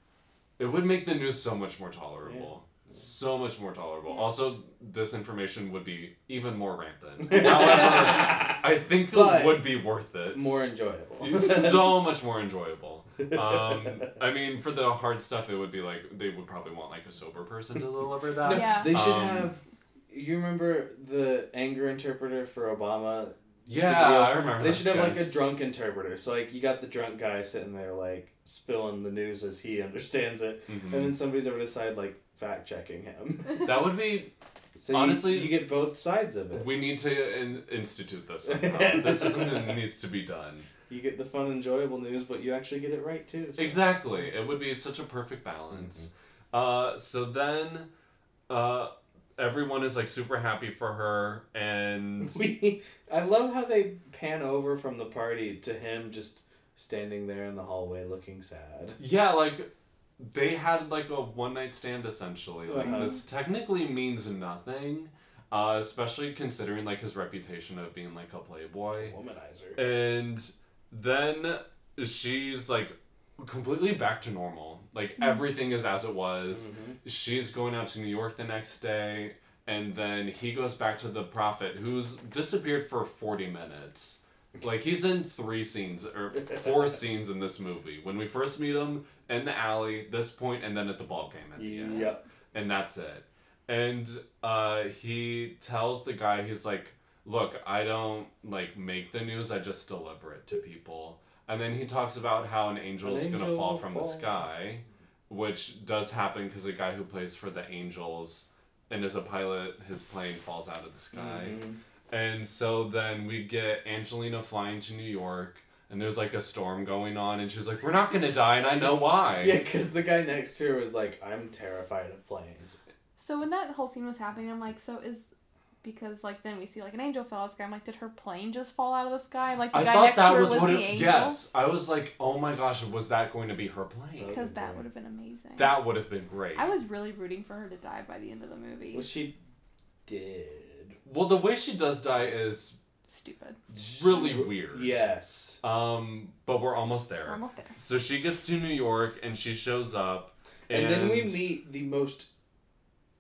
it would make the news so much more tolerable. So much more tolerable.
Yeah.
Also, disinformation would be even more rampant. However, I think
But
it would be worth it.
More enjoyable.
It's so much more enjoyable. Um, I mean, for the hard stuff, it would be like they would probably want like a sober person to deliver that.
No. Yeah.
They should
Um,
have. You remember the anger interpreter for Obama?
Yeah,
videos?
I remember.
They
that
should have like a
sketch.
drunk interpreter. So like you got the drunk guy sitting there like spilling the news as he understands it, and
Mhm.
then somebody's over to side like fact checking him.
That would be.
So you-
Honestly-
you, get both sides of it.
We need to in- institute this. Somehow. this is something that needs to be done.
You get the fun, enjoyable news, but you actually get it right too. so-
Exactly. It would be such a perfect balance.
Mm-hmm.
Uh, so then, uh, everyone is like super happy for her, and
We, I love how they pan over from the party to him just standing there in the hallway looking sad.
Yeah, like they had like a one night stand essentially. Like
Uh-huh.
this technically means nothing, uh, especially considering like his reputation of being like a playboy.
Womanizer.
And then she's like completely back to normal. Like everything is as it was.
Mhm.
She's going out to New York the next day, and then he goes back to the prophet, who's disappeared for forty minutes. Like he's in three scenes or four scenes in this movie. When we first meet him in the alley, this point, and then at the ball game at the end,
Yep.
and that's it. And uh, he tells the guy, he's like, "Look, I don't like make the news. I just deliver it to people." And then he talks about how an angel
An
is gonna
angel
fall
will
from
fall.
the sky which does happen because a guy who plays for the Angels and is a pilot, his plane falls out of the sky.
Mhm.
And so then we get Angelina flying to New York, and there's like a storm going on, and she's like, We're not gonna die, and I know why.
Yeah, because the guy next to her was like, I'm terrified of planes.
So when that whole scene was happening, I'm like, so is because like then we see like an angel fell out of the sky. I'm like, did her plane just fall out of the sky? Like the
I
guy
thought
next to
that
her
was
was,
what
the
it
angel.
Yes. I was like, Oh my gosh, was that going to be her plane?
Because that would have been amazing.
That would have been great.
I was really rooting for her to die by the end of the movie.
Well, she did.
well, the way she does die is
Stupid.
really weird.
Yes.
Um, but we're almost there.
We're almost there.
So she gets to New York and she shows up.
And, then we meet the most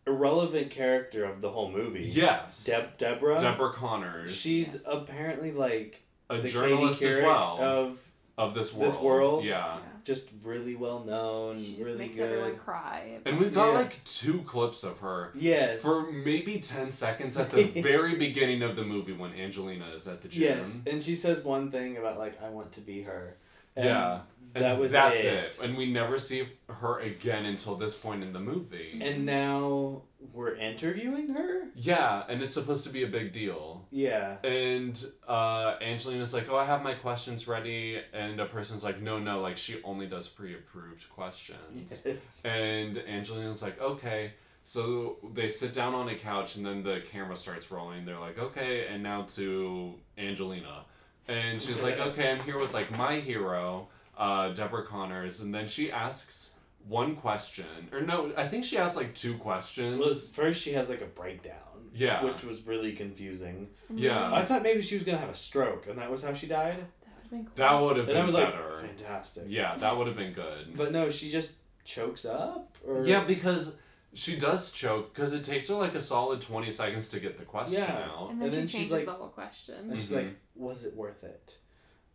irrelevant character of the whole movie.
Yes.
Deb- Deborah.
Deborah Connors.
She's
Yes.
apparently like
a
the
journalist
Katie
as
Couric
well
Of
of this world.
this world.
Yeah.
just really well known,
She just
really
makes
good.
everyone cry.
And we've got
Yeah.
like two clips of her
Yes.
for maybe 10 seconds at the very beginning of the movie when Angelina is at the gym.
yes, and she says one thing about like I want to be her. And
Yeah. And
that was
that's
it.
And we never see her again until this point in the movie.
And now we're interviewing her.
yeah, and it's supposed to be a big deal.
Yeah.
And uh, Angelina's like, "Oh, I have my questions ready," and a person's like, "No, no, like she only does pre-approved questions."
Yes.
And Angelina's like, "Okay." So they sit down on a couch, and then the camera starts rolling. They're like, "Okay," and now to Angelina, and she's like, "Okay, I'm here with like my hero, uh, Deborah Connors," and then she asks one question, or no, I think she asked like two questions.
Well, it's- first she has like a breakdown.
Yeah.
Which was really confusing.
Yeah.
I thought maybe she was gonna have a stroke, and that was how she died.
That would have been cool.
That would have
and I
been
was
better.
like, fantastic.
yeah, that would have been good.
But no, she just chokes up. Or
yeah, because she does choke because it takes her like a solid twenty seconds to get the question
Yeah.
out,
and then
and
she
then she's
changes
like-
the whole question.
And she's
Mhm.
like, was it worth it?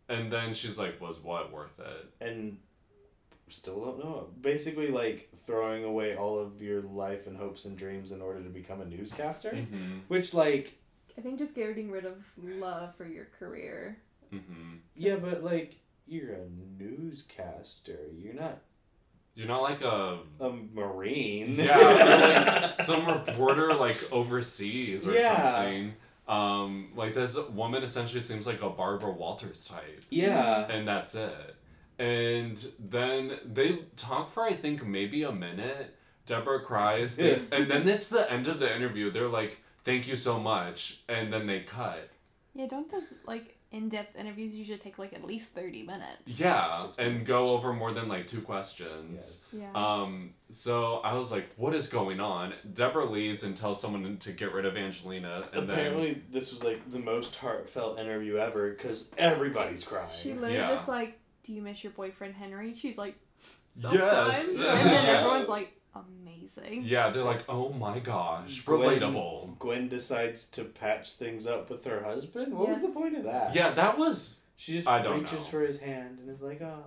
and then she's like, "Was what worth it?"
And still don't know. Basically, like throwing away all of your life and hopes and dreams in order to become a newscaster.
Mm-hmm.
Which, like,
I think just getting rid of love for your career.
Mm-hmm.
yeah, but like, you're a newscaster. You're not
You're not like a
a marine.
Yeah, or, like some reporter like overseas or
Yeah.
something. Um, like this woman essentially seems like a Barbara Walters type,
yeah.
and that's it. And then they talk for I think maybe a minute. Deborah cries,
Yeah.
and then it's the end of the interview. They're like, "Thank you so much," and then they cut.
Yeah, don't those like in-depth interviews usually take like at least thirty minutes?
Yeah, and go over more than like two questions.
Yes.
Yeah.
Um, so I was like, what is going on? Deborah leaves and tells someone to get rid of Angelina. And
Apparently, this was like the most heartfelt interview ever because everybody's crying.
she literally
Yeah.
just like, "Do you miss your boyfriend Henry?" She's like,
then, yes.
"Sometimes," and then
yeah.
everyone's like, "Amazing."
yeah, they're like, oh my gosh,
Gwen-
relatable.
Gwen decides to patch things up with her husband. What was
Yes.
the point of that?
Yeah, that was.
She just
I don't
reaches
know.
for his hand and is like, oh.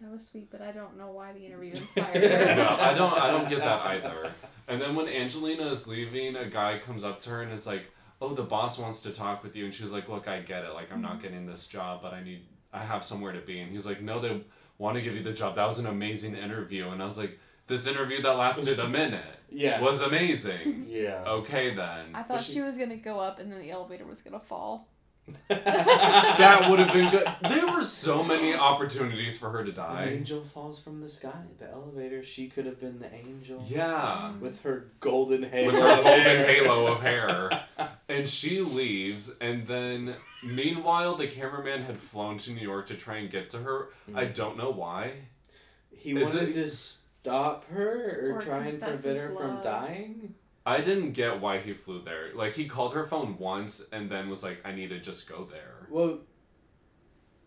That was sweet, but I don't know why the interview inspired
No,
her.
I don't. I don't get that either. And then when Angelina is leaving, a guy comes up to her and is like, "Oh, the boss wants to talk with you." And she's like, "Look, I get it. Like, I'm
Mm-hmm.
not getting this job, but I need. I have somewhere to be." And he's like, "No, they want to give you the job. That was an amazing interview." And I was like, "This interview that lasted a minute."
Yeah.
was amazing.
Yeah.
Okay then.
I thought she
she's-
was gonna go up and then the elevator was gonna fall.
That would have been good. There were so many opportunities for her to
An
die.
angel falls from the sky. The elevator. She could have been the angel.
Yeah.
With her golden halo.
With her
of
golden
hair.
halo of hair. And she leaves, and then meanwhile, the cameraman had flown to New York to try and get to her.
Hmm.
I don't know why.
He
Is
wanted
it-
to stop her or,
Or
try and
confess
prevent
his
her from
love.
dying.
I didn't get why he flew there. Like, he called her phone once and then was like, I need to just go there.
Well,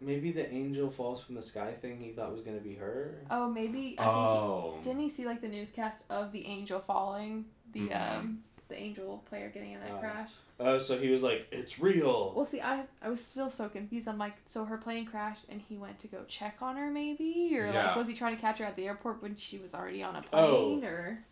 maybe the angel falls from the sky thing he thought was going to be her.
Oh, maybe I think
Oh.
he, didn't he see like the newscast of the angel falling, the
Mhm.
um the angel player getting in that
Oh.
crash.
Oh, so he was like, it's real.
Well, see, I I was still so confused. I'm like, so her plane crashed and he went to go check on her, maybe, or
Yeah.
like was he trying to catch her at the airport when she was already on a
Oh.
plane, or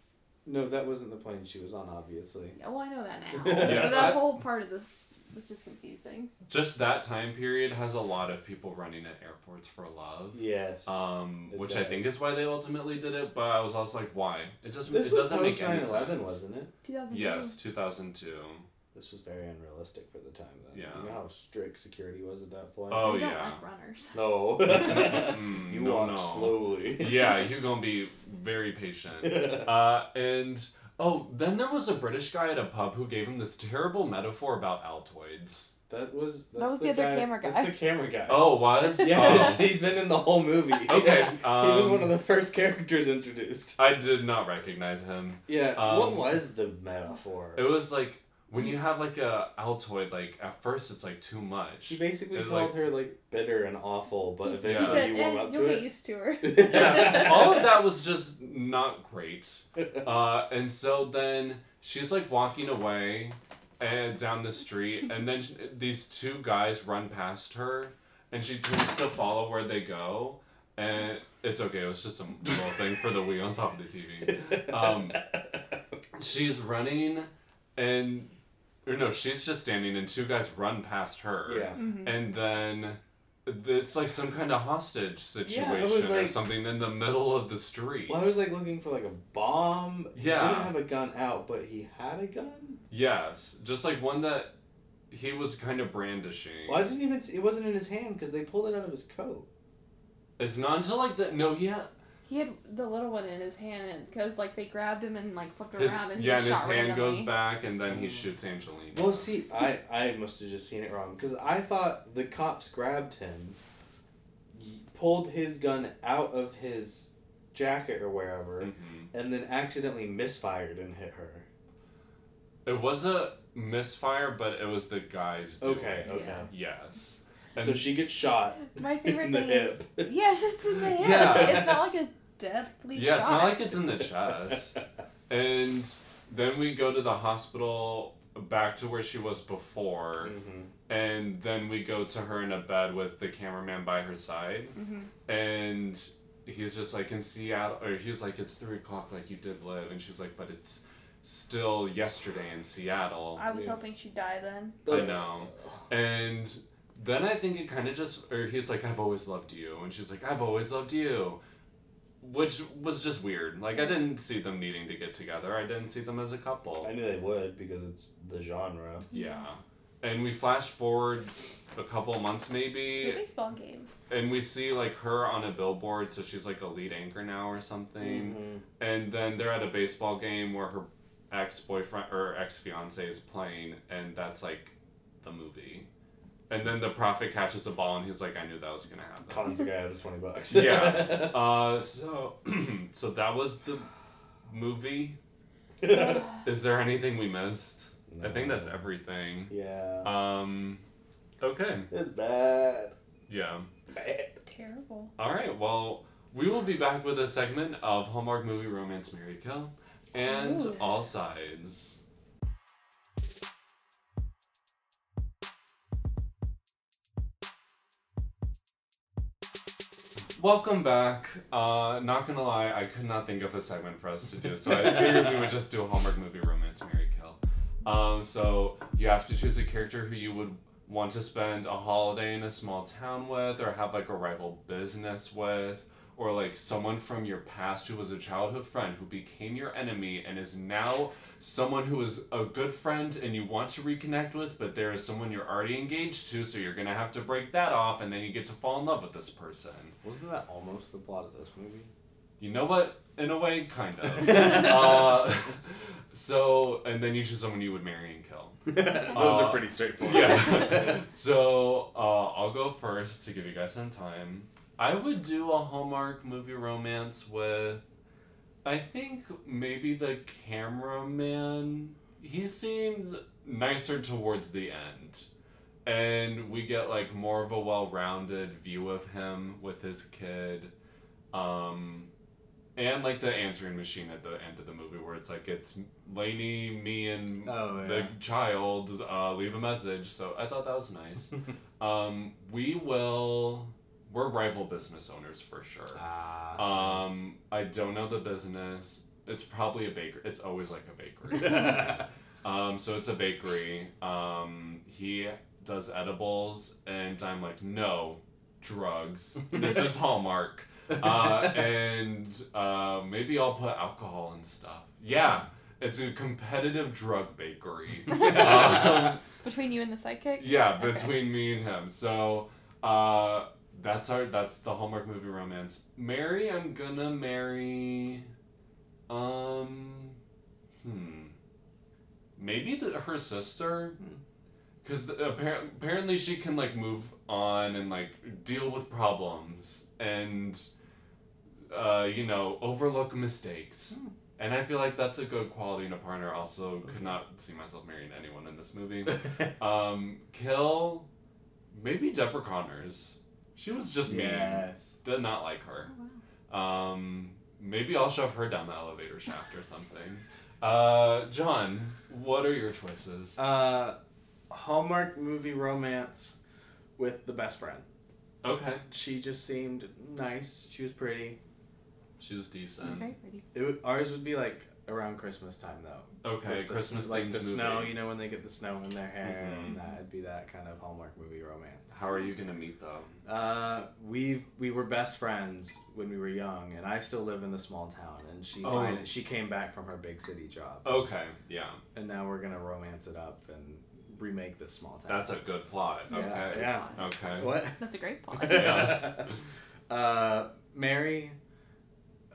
No, that wasn't the plane she was on, obviously.
yeah, well, Oh, I know that now.
Yeah.
But that
I-
whole part of this was just confusing.
Just that time period has a lot of people running at airports for love.
Yes.
Um,
It
which I
does.
think is why they ultimately did it, but I was also like, why? It just
this
it
was
doesn't
post
make any
9
sense.
11, wasn't it?
2002.
Yes, two thousand two.
This was very unrealistic for the time, then.
Yeah.
You know how strict security was at that point?
Oh
They don't
yeah.
like runners.
No.
Mm,
you
no,
walk
no.
slowly.
yeah, you're gonna be very patient. Uh, and oh, then there was a British guy at a pub who gave him this terrible metaphor about Altoids.
that was that's
was the other camera guy.
That's the camera guy.
Oh, was
Yes,
Oh.
he's been in the whole movie.
Okay.
he was
um,
one of the first characters introduced.
I did not recognize him.
Yeah. what
um,
was the metaphor?
It was like when you have like a Altoid, like at first it's like too much.
He basically
it
called
was like-
her like bitter and awful, but
He
Yeah.
eventually
said,
you warm
"Eh,
up
you'll
to
get
it.
used to her.
all of that was just not great. Uh, and so then she's like walking away and down the street, and then sh these two guys run past her, and she tends to follow where they go. And it's okay, it was just a little thing for the Wii on top of the TV. Um, she's running, and or no, she's just standing, and two guys run past her.
Yeah.
And then it's like some kind of hostage situation
Yeah, it was
or
like-
something in the middle of the street.
Well, I was like looking for like a bomb.
Yeah.
He didn't have a gun out, but he had a gun.
Yes, just like one that he was kind of brandishing.
Well, I didn't even. See, it wasn't in his hand because they pulled it out of his coat.
It's not until like that. No, he had.
He had the little one in his hand, and because like they grabbed him and like flipped
His,
around, and
yeah, and
he
his
shot
hand goes
randomly.
back, and then he shoots Angelina.
Mm-hmm. Well, see, I, I must have just seen it wrong because I thought the cops grabbed him, y- pulled his gun out of his jacket or wherever,
Mhm.
and then accidentally misfired and hit her.
It was a misfire, but it was the guy's. Doing.
Okay, okay.
Yeah.
Yes. And
so she gets shot.
My favorite
in the
thing is
hip.
yes, it's in the hip.
Yeah.
It's not like a deathly
yeah,
shot.
it's not like it's in the chest. and then we go to the hospital, back to where she was before,
mm-hmm.
Mhm.
and then we go to her in a bed with the cameraman by her side,
Mhm.
and he's just like in Seattle, or he's like, it's three o'clock, like you did live, and she's like, but it's still yesterday in Seattle.
I was
Yeah.
hoping she'd die then.
I know. And then I think it kind of just, or he's like, I've always loved you. And she's like, I've always loved you. Which was just weird. Like, I didn't see them needing to get together, I didn't see them as a couple.
I knew they would because it's the genre.
Yeah. And we flash forward a couple months
To a
maybe,
baseball game.
and we see like her on a billboard, so she's like a lead anchor now or something.
Mhm.
And then they're at a baseball game where her ex boyfriend or ex fiance is playing, and that's like the movie. And then the prophet catches the ball, and he's like, "I knew that was gonna happen."
Cons a guy out of twenty bucks.
Yeah. Uh, so, so that was the movie.
Uh,
Is there anything we missed? I think that's everything.
Yeah.
Um, okay,
it's bad.
yeah.
Bad.
terrible.
All right. Well, we will be back with a segment of Hallmark movie Romance Mary Kill and
Ooh.
All Sides. Welcome back. Uh, not gonna lie, I could not think of a segment for us to do, so I figured we would just do Hallmark movie Romance Mary Kill. Um, so you have to choose a character who you would want to spend a holiday in a small town with or have like a rival business with or like someone from your past who was a childhood friend who became your enemy and is now someone who is a good friend and you want to reconnect with but there is someone you're already engaged to so you're going to have to break that off and then you get to fall in love with this person
Wasn't that almost the plot of this movie?
you know what in a way kind of uh, so and then you choose someone you would marry and kill
Those
Uh,
are pretty straightforward.
yeah. so uh, I'll go first to give you guys some time. I would do a Hallmark movie romance with, I think maybe the cameraman. He seems nicer towards the end. And we get like more of a well rounded view of him with his kid. Um, and like the answering machine at the end of the movie where it's like it's Lainey, me,
Uh,
and
Oh, yeah.
the child uh, leave a message. So I thought that was nice. um, we will. We're rival business owners for sure.
Ah,
Um, I don't know the business. It's probably a baker. It's always like a
nice.
bakery. um, so it's a bakery. Um, he does edibles, and I'm like, no, drugs. This is Hallmark uh, and uh, maybe I'll put alcohol and stuff. Yeah, it's a competitive drug bakery. um,
Between you and the sidekick?
yeah,
Okay.
between me and him. So uh, that's our that's the Hallmark movie romance. Mary, I'm gonna marry. Um, hmm. Maybe the, her sister, because appar- apparently she can like move on and like deal with problems and, uh, you know, overlook mistakes. And I feel like that's a good quality in a partner. Also, could not see myself marrying anyone in this movie. Um, kill maybe Deborah Connors. She was just mean.
yes.
Did not like her.
Oh, wow.
Um, maybe I'll shove her down the elevator shaft or something. Uh, John, what are your choices?
Uh, Hallmark movie romance with the best friend.
Okay,
She just seemed nice. She was pretty.
she was
She's very
decent.
pretty.
It would, ours would be like around Christmas time though.
Okay,
With the s-
Christmas
like
themed
the
movie.
snow. You know when they get the snow in their hair,
Mhm.
and that'd be that kind of Hallmark movie romance.
How are you gonna meet them?
Uh, we we were best friends when we were young, and I still live in the small town. And she
Oh.
fin- she came back from her big city job,
Okay, yeah,
and now we're gonna romance it up and remake this small town.
that's a good plot.
Yeah,
Okay.
yeah.
Okay.
what?
That's a great plot.
Yeah.
uh, Mary,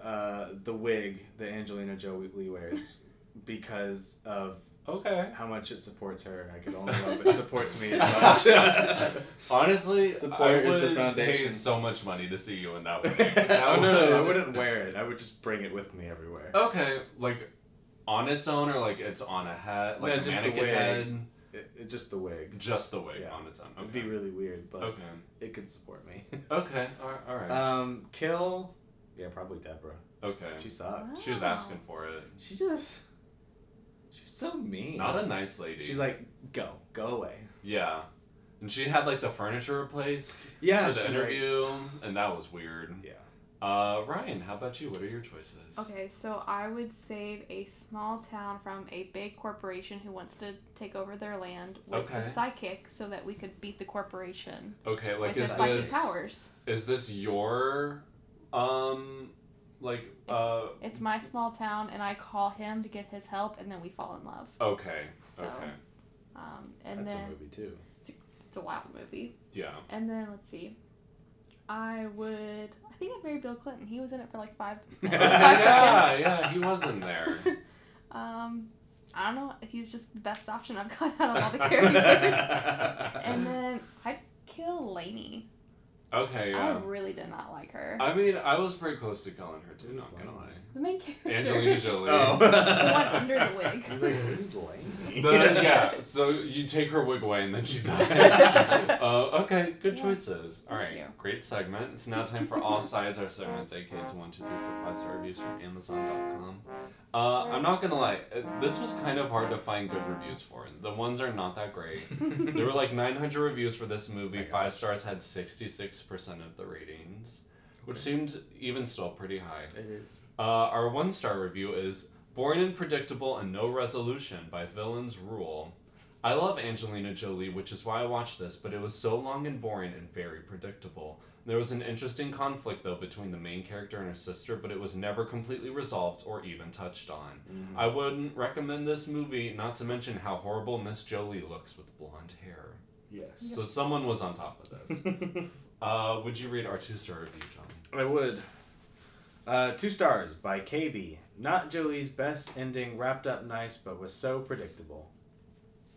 uh, the wig that Angelina Jolie wears because of
Okay.
how much it supports her. I could only hope it supports me as much.
Honestly,
Support
I
is the
would pay
foundation.
so much money to see you in that one.
oh, no, no, I
would-
wouldn't wear it. I would just bring it with me everywhere.
Okay, like on its own or like it's on a head, like
No,
a
just the
mannequin
wig.
head,
It, it- just the wig.
just the wig
Yeah.
on its own.
It'd be
Okay.
really weird, but
Okay.
it could support me.
Okay. All right.
um, kill. Yeah, probably Deborah.
okay.
She sucked.
She was
Wow.
asking for it.
She just. She's so mean.
Not a nice lady.
She's like, go, go away.
yeah. And she had like the furniture replaced
Yeah,
for the
she-
interview, and that was weird.
Yeah.
Uh, Ryan, how about you? What are your choices?
Okay, so I would save a small town from a big corporation who wants to take over their land with
Okay.
a psychic so that we could beat the corporation
Okay, like
with
is
their psychic
this
powers.
is this your um like uh
It's my small town, and I call him to get his help, and then we fall in love.
okay.
So,
Okay.
Um, and
That's
then
a movie too.
it's a wild movie.
Yeah.
And then let's see. I would. I think I'd marry Bill Clinton. He was in it for like five. like, five
yeah,
seconds.
yeah, he was in there.
Um, I don't know. He's just the best option I've got out of all the characters. and then I'd kill Lainey.
okay, yeah.
I really did not like her.
I mean, I was pretty close to killing her too.
Who's
Not gonna
Lane?
lie.
the main character.
Angelina Jolie.
the one under the wig.
I was like, who's Lane?
The- uh, yeah, so you take her wig away and then she dies. uh, okay, good
Yeah.
choices. All
Thank
right,
you.
great segment. It's now time for All Sides, our segments, aka it's 1, 2, 3, 4, 5 star reviews from Amazon.com. Uh, I'm not gonna lie, uh, this was kind of hard to find good reviews for. The ones are not that great. There were like 900 reviews for this movie,
My gosh.
5 stars had 66% of the ratings, which seemed even still pretty high.
It is.
Uh, our one star review is Born and Predictable and No Resolution by Villains Rule. I love Angelina Jolie, which is why I watched this, but it was so long and boring and very predictable. There was an interesting conflict, though, between the main character and her sister, but it was never completely resolved or even touched on.
Mm-hmm.
I wouldn't recommend this movie, not to mention how horrible Miss Jolie looks with blonde hair.
Yes.
So someone was on top of this. uh, would you read our two star review, John?
I would. Uh, two stars by KB. Not Jolie's best ending, wrapped up nice, but was so predictable.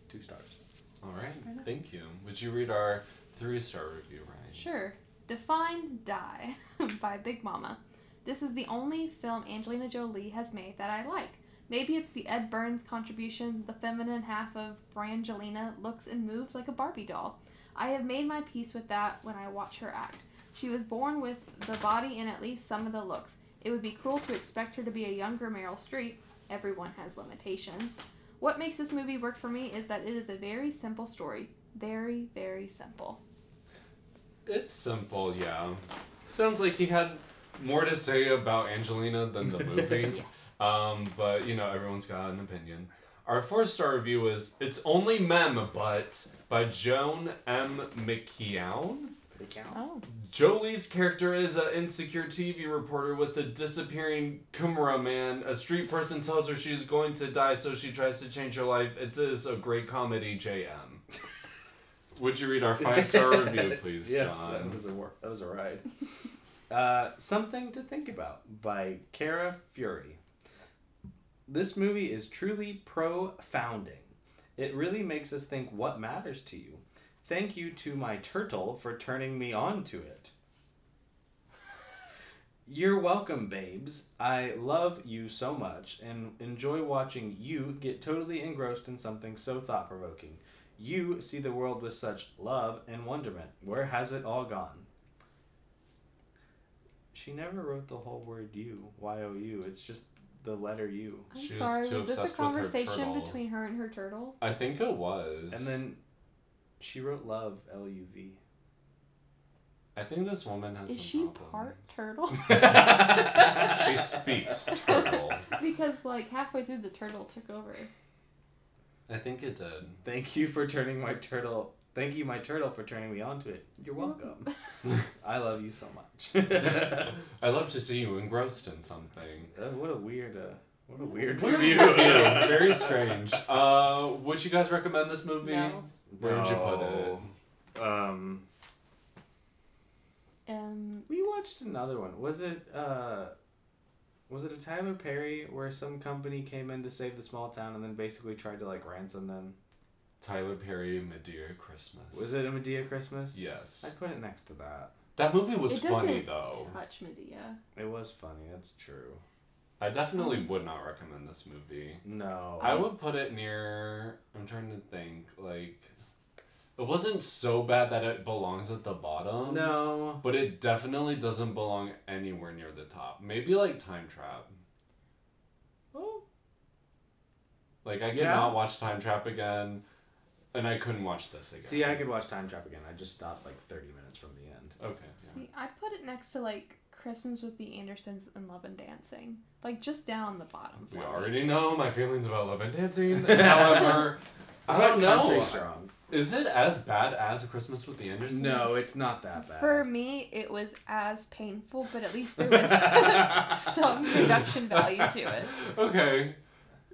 Two stars.
All right,
Fair enough.
thank you. Would you read our three star review, Ryan?
Sure. Define Die by Big Mama. This is the only film Angelina Jolie has made that I like. Maybe it's the Ed Burns contribution, the feminine half of Brangelina looks and moves like a Barbie doll. I have made my peace with that when I watch her act. She was born with the body and at least some of the looks. It would be cruel to expect her to be a younger Meryl Streep. Everyone has limitations. What makes this movie work for me is that it is a very simple story. Very, very simple.
It's simple, yeah. Sounds like he had more to say about Angelina than the movie.
Yes.
um, but you know, everyone's got an opinion. Our four star review is It's Only Mem But by Joan M. McKeown.
They count.
Oh.
Jolie's character is an insecure TV reporter with a disappearing cameraman. A street person tells her she's going to die, so she tries to change her life. It is a great comedy, JM. Would you read our five star review, please,
yes,
John?
that was a wor- that was a ride. uh, Something to think about by Cara Fury. This movie is truly profounding. It really makes us think what matters to you. Thank you to my turtle for turning me on to it. You're welcome, babes. I love you so much and enjoy watching you get totally engrossed in something so thought provoking. You see the world with such love and wonderment. Where has it all gone? She never wrote the whole word you, Y O U. It's just the letter U.
I'm
She was
sorry,
too
was this a
obsessed with her
conversation
turtle.
between her and her turtle?
I think it was.
And then she wrote love, L U V.
I think this woman has.
Is
some
she
problem.
part turtle?
She speaks turtle.
because like halfway through the turtle took over.
I think it did.
Thank you for turning my turtle. Thank you, my turtle, for turning me on to it. You're welcome. I love you so much.
I love to see you engrossed in something.
Uh, what a weird, uh, what a weird
Weird
review.
review, Very strange. Uh, would you guys recommend this movie?
No.
Where would you put it?
it? Um,
Um
we watched another one. Was it uh, was it a Tyler Perry where some company came in to save the small town and then basically tried to like ransom them?
Tyler Perry, Medea Christmas.
Was it a Medea Christmas? I
Yes.
put it next to that.
That movie was
it
funny
doesn't
though.
touch Medea.
It was funny. That's true.
I definitely would not recommend this movie.
No.
I would put it near. I'm trying to think. Like, it wasn't so bad that it belongs at the
Um,
bottom.
No.
But it definitely doesn't belong anywhere near the top. Maybe like Time Trap.
Oh.
Like I
Yeah.
cannot watch Time Trap again, and I couldn't watch this again.
See, I could watch Time Trap again. I just stopped like 30 minutes from the end.
Okay. yeah.
See, I'd put it next to like Christmas with the Andersons and Love and Dancing. Like just down on the bottom.
We
for me.
already know my feelings about Love and Dancing. However, I
What
don't know.
Country Strong.
Is it as bad as Christmas with the Andersons?
No, it's not that bad.
For me, it was as painful, but at least there was some production value to it.
Okay.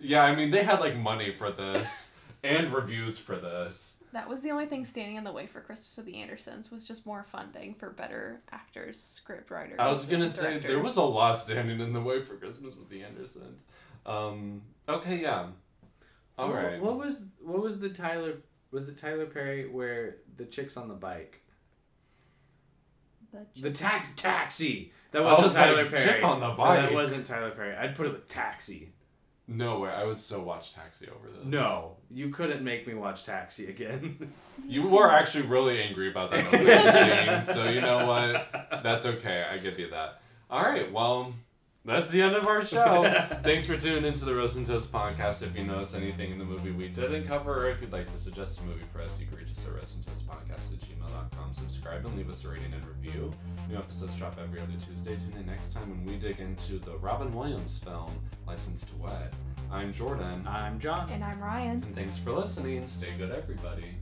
Yeah, I mean they had like money for this and reviews for this.
That was the only thing standing in the way for Christmas with the Andersons was just more funding for better actors, script writers.
I was gonna
and
say there
directors.
was a lot standing in the way for Christmas with the Andersons. Um. Okay. Yeah. All
What-
right.
What was what was the Tyler was it Tyler Perry where the chick's on the bike?
The
The tax taxi. That
I
wasn't
was like,
Tyler Perry.
"Chick on the
No,
bike."
That wasn't Tyler Perry. I'd put it with taxi.
No way. I would so watch Taxi over this.
No, you couldn't make me watch Taxi again.
You were actually really angry about that opening scene, so you know what? That's okay. I give you that. All right. Well, that's the end of our show. Thanks for tuning into the Roast and Toast podcast. If you notice anything in the movie we didn't cover, or if you'd like to suggest a movie for us, you can reach us at roastandtoastpodcast at gmail.com. Subscribe and leave us a rating and review. New episodes drop every other Tuesday. Tune in next time when we dig into the Robin Williams film, License to Wed. I'm Jordan,
I'm John.
and I'm Ryan.
and thanks for listening. Stay good, everybody.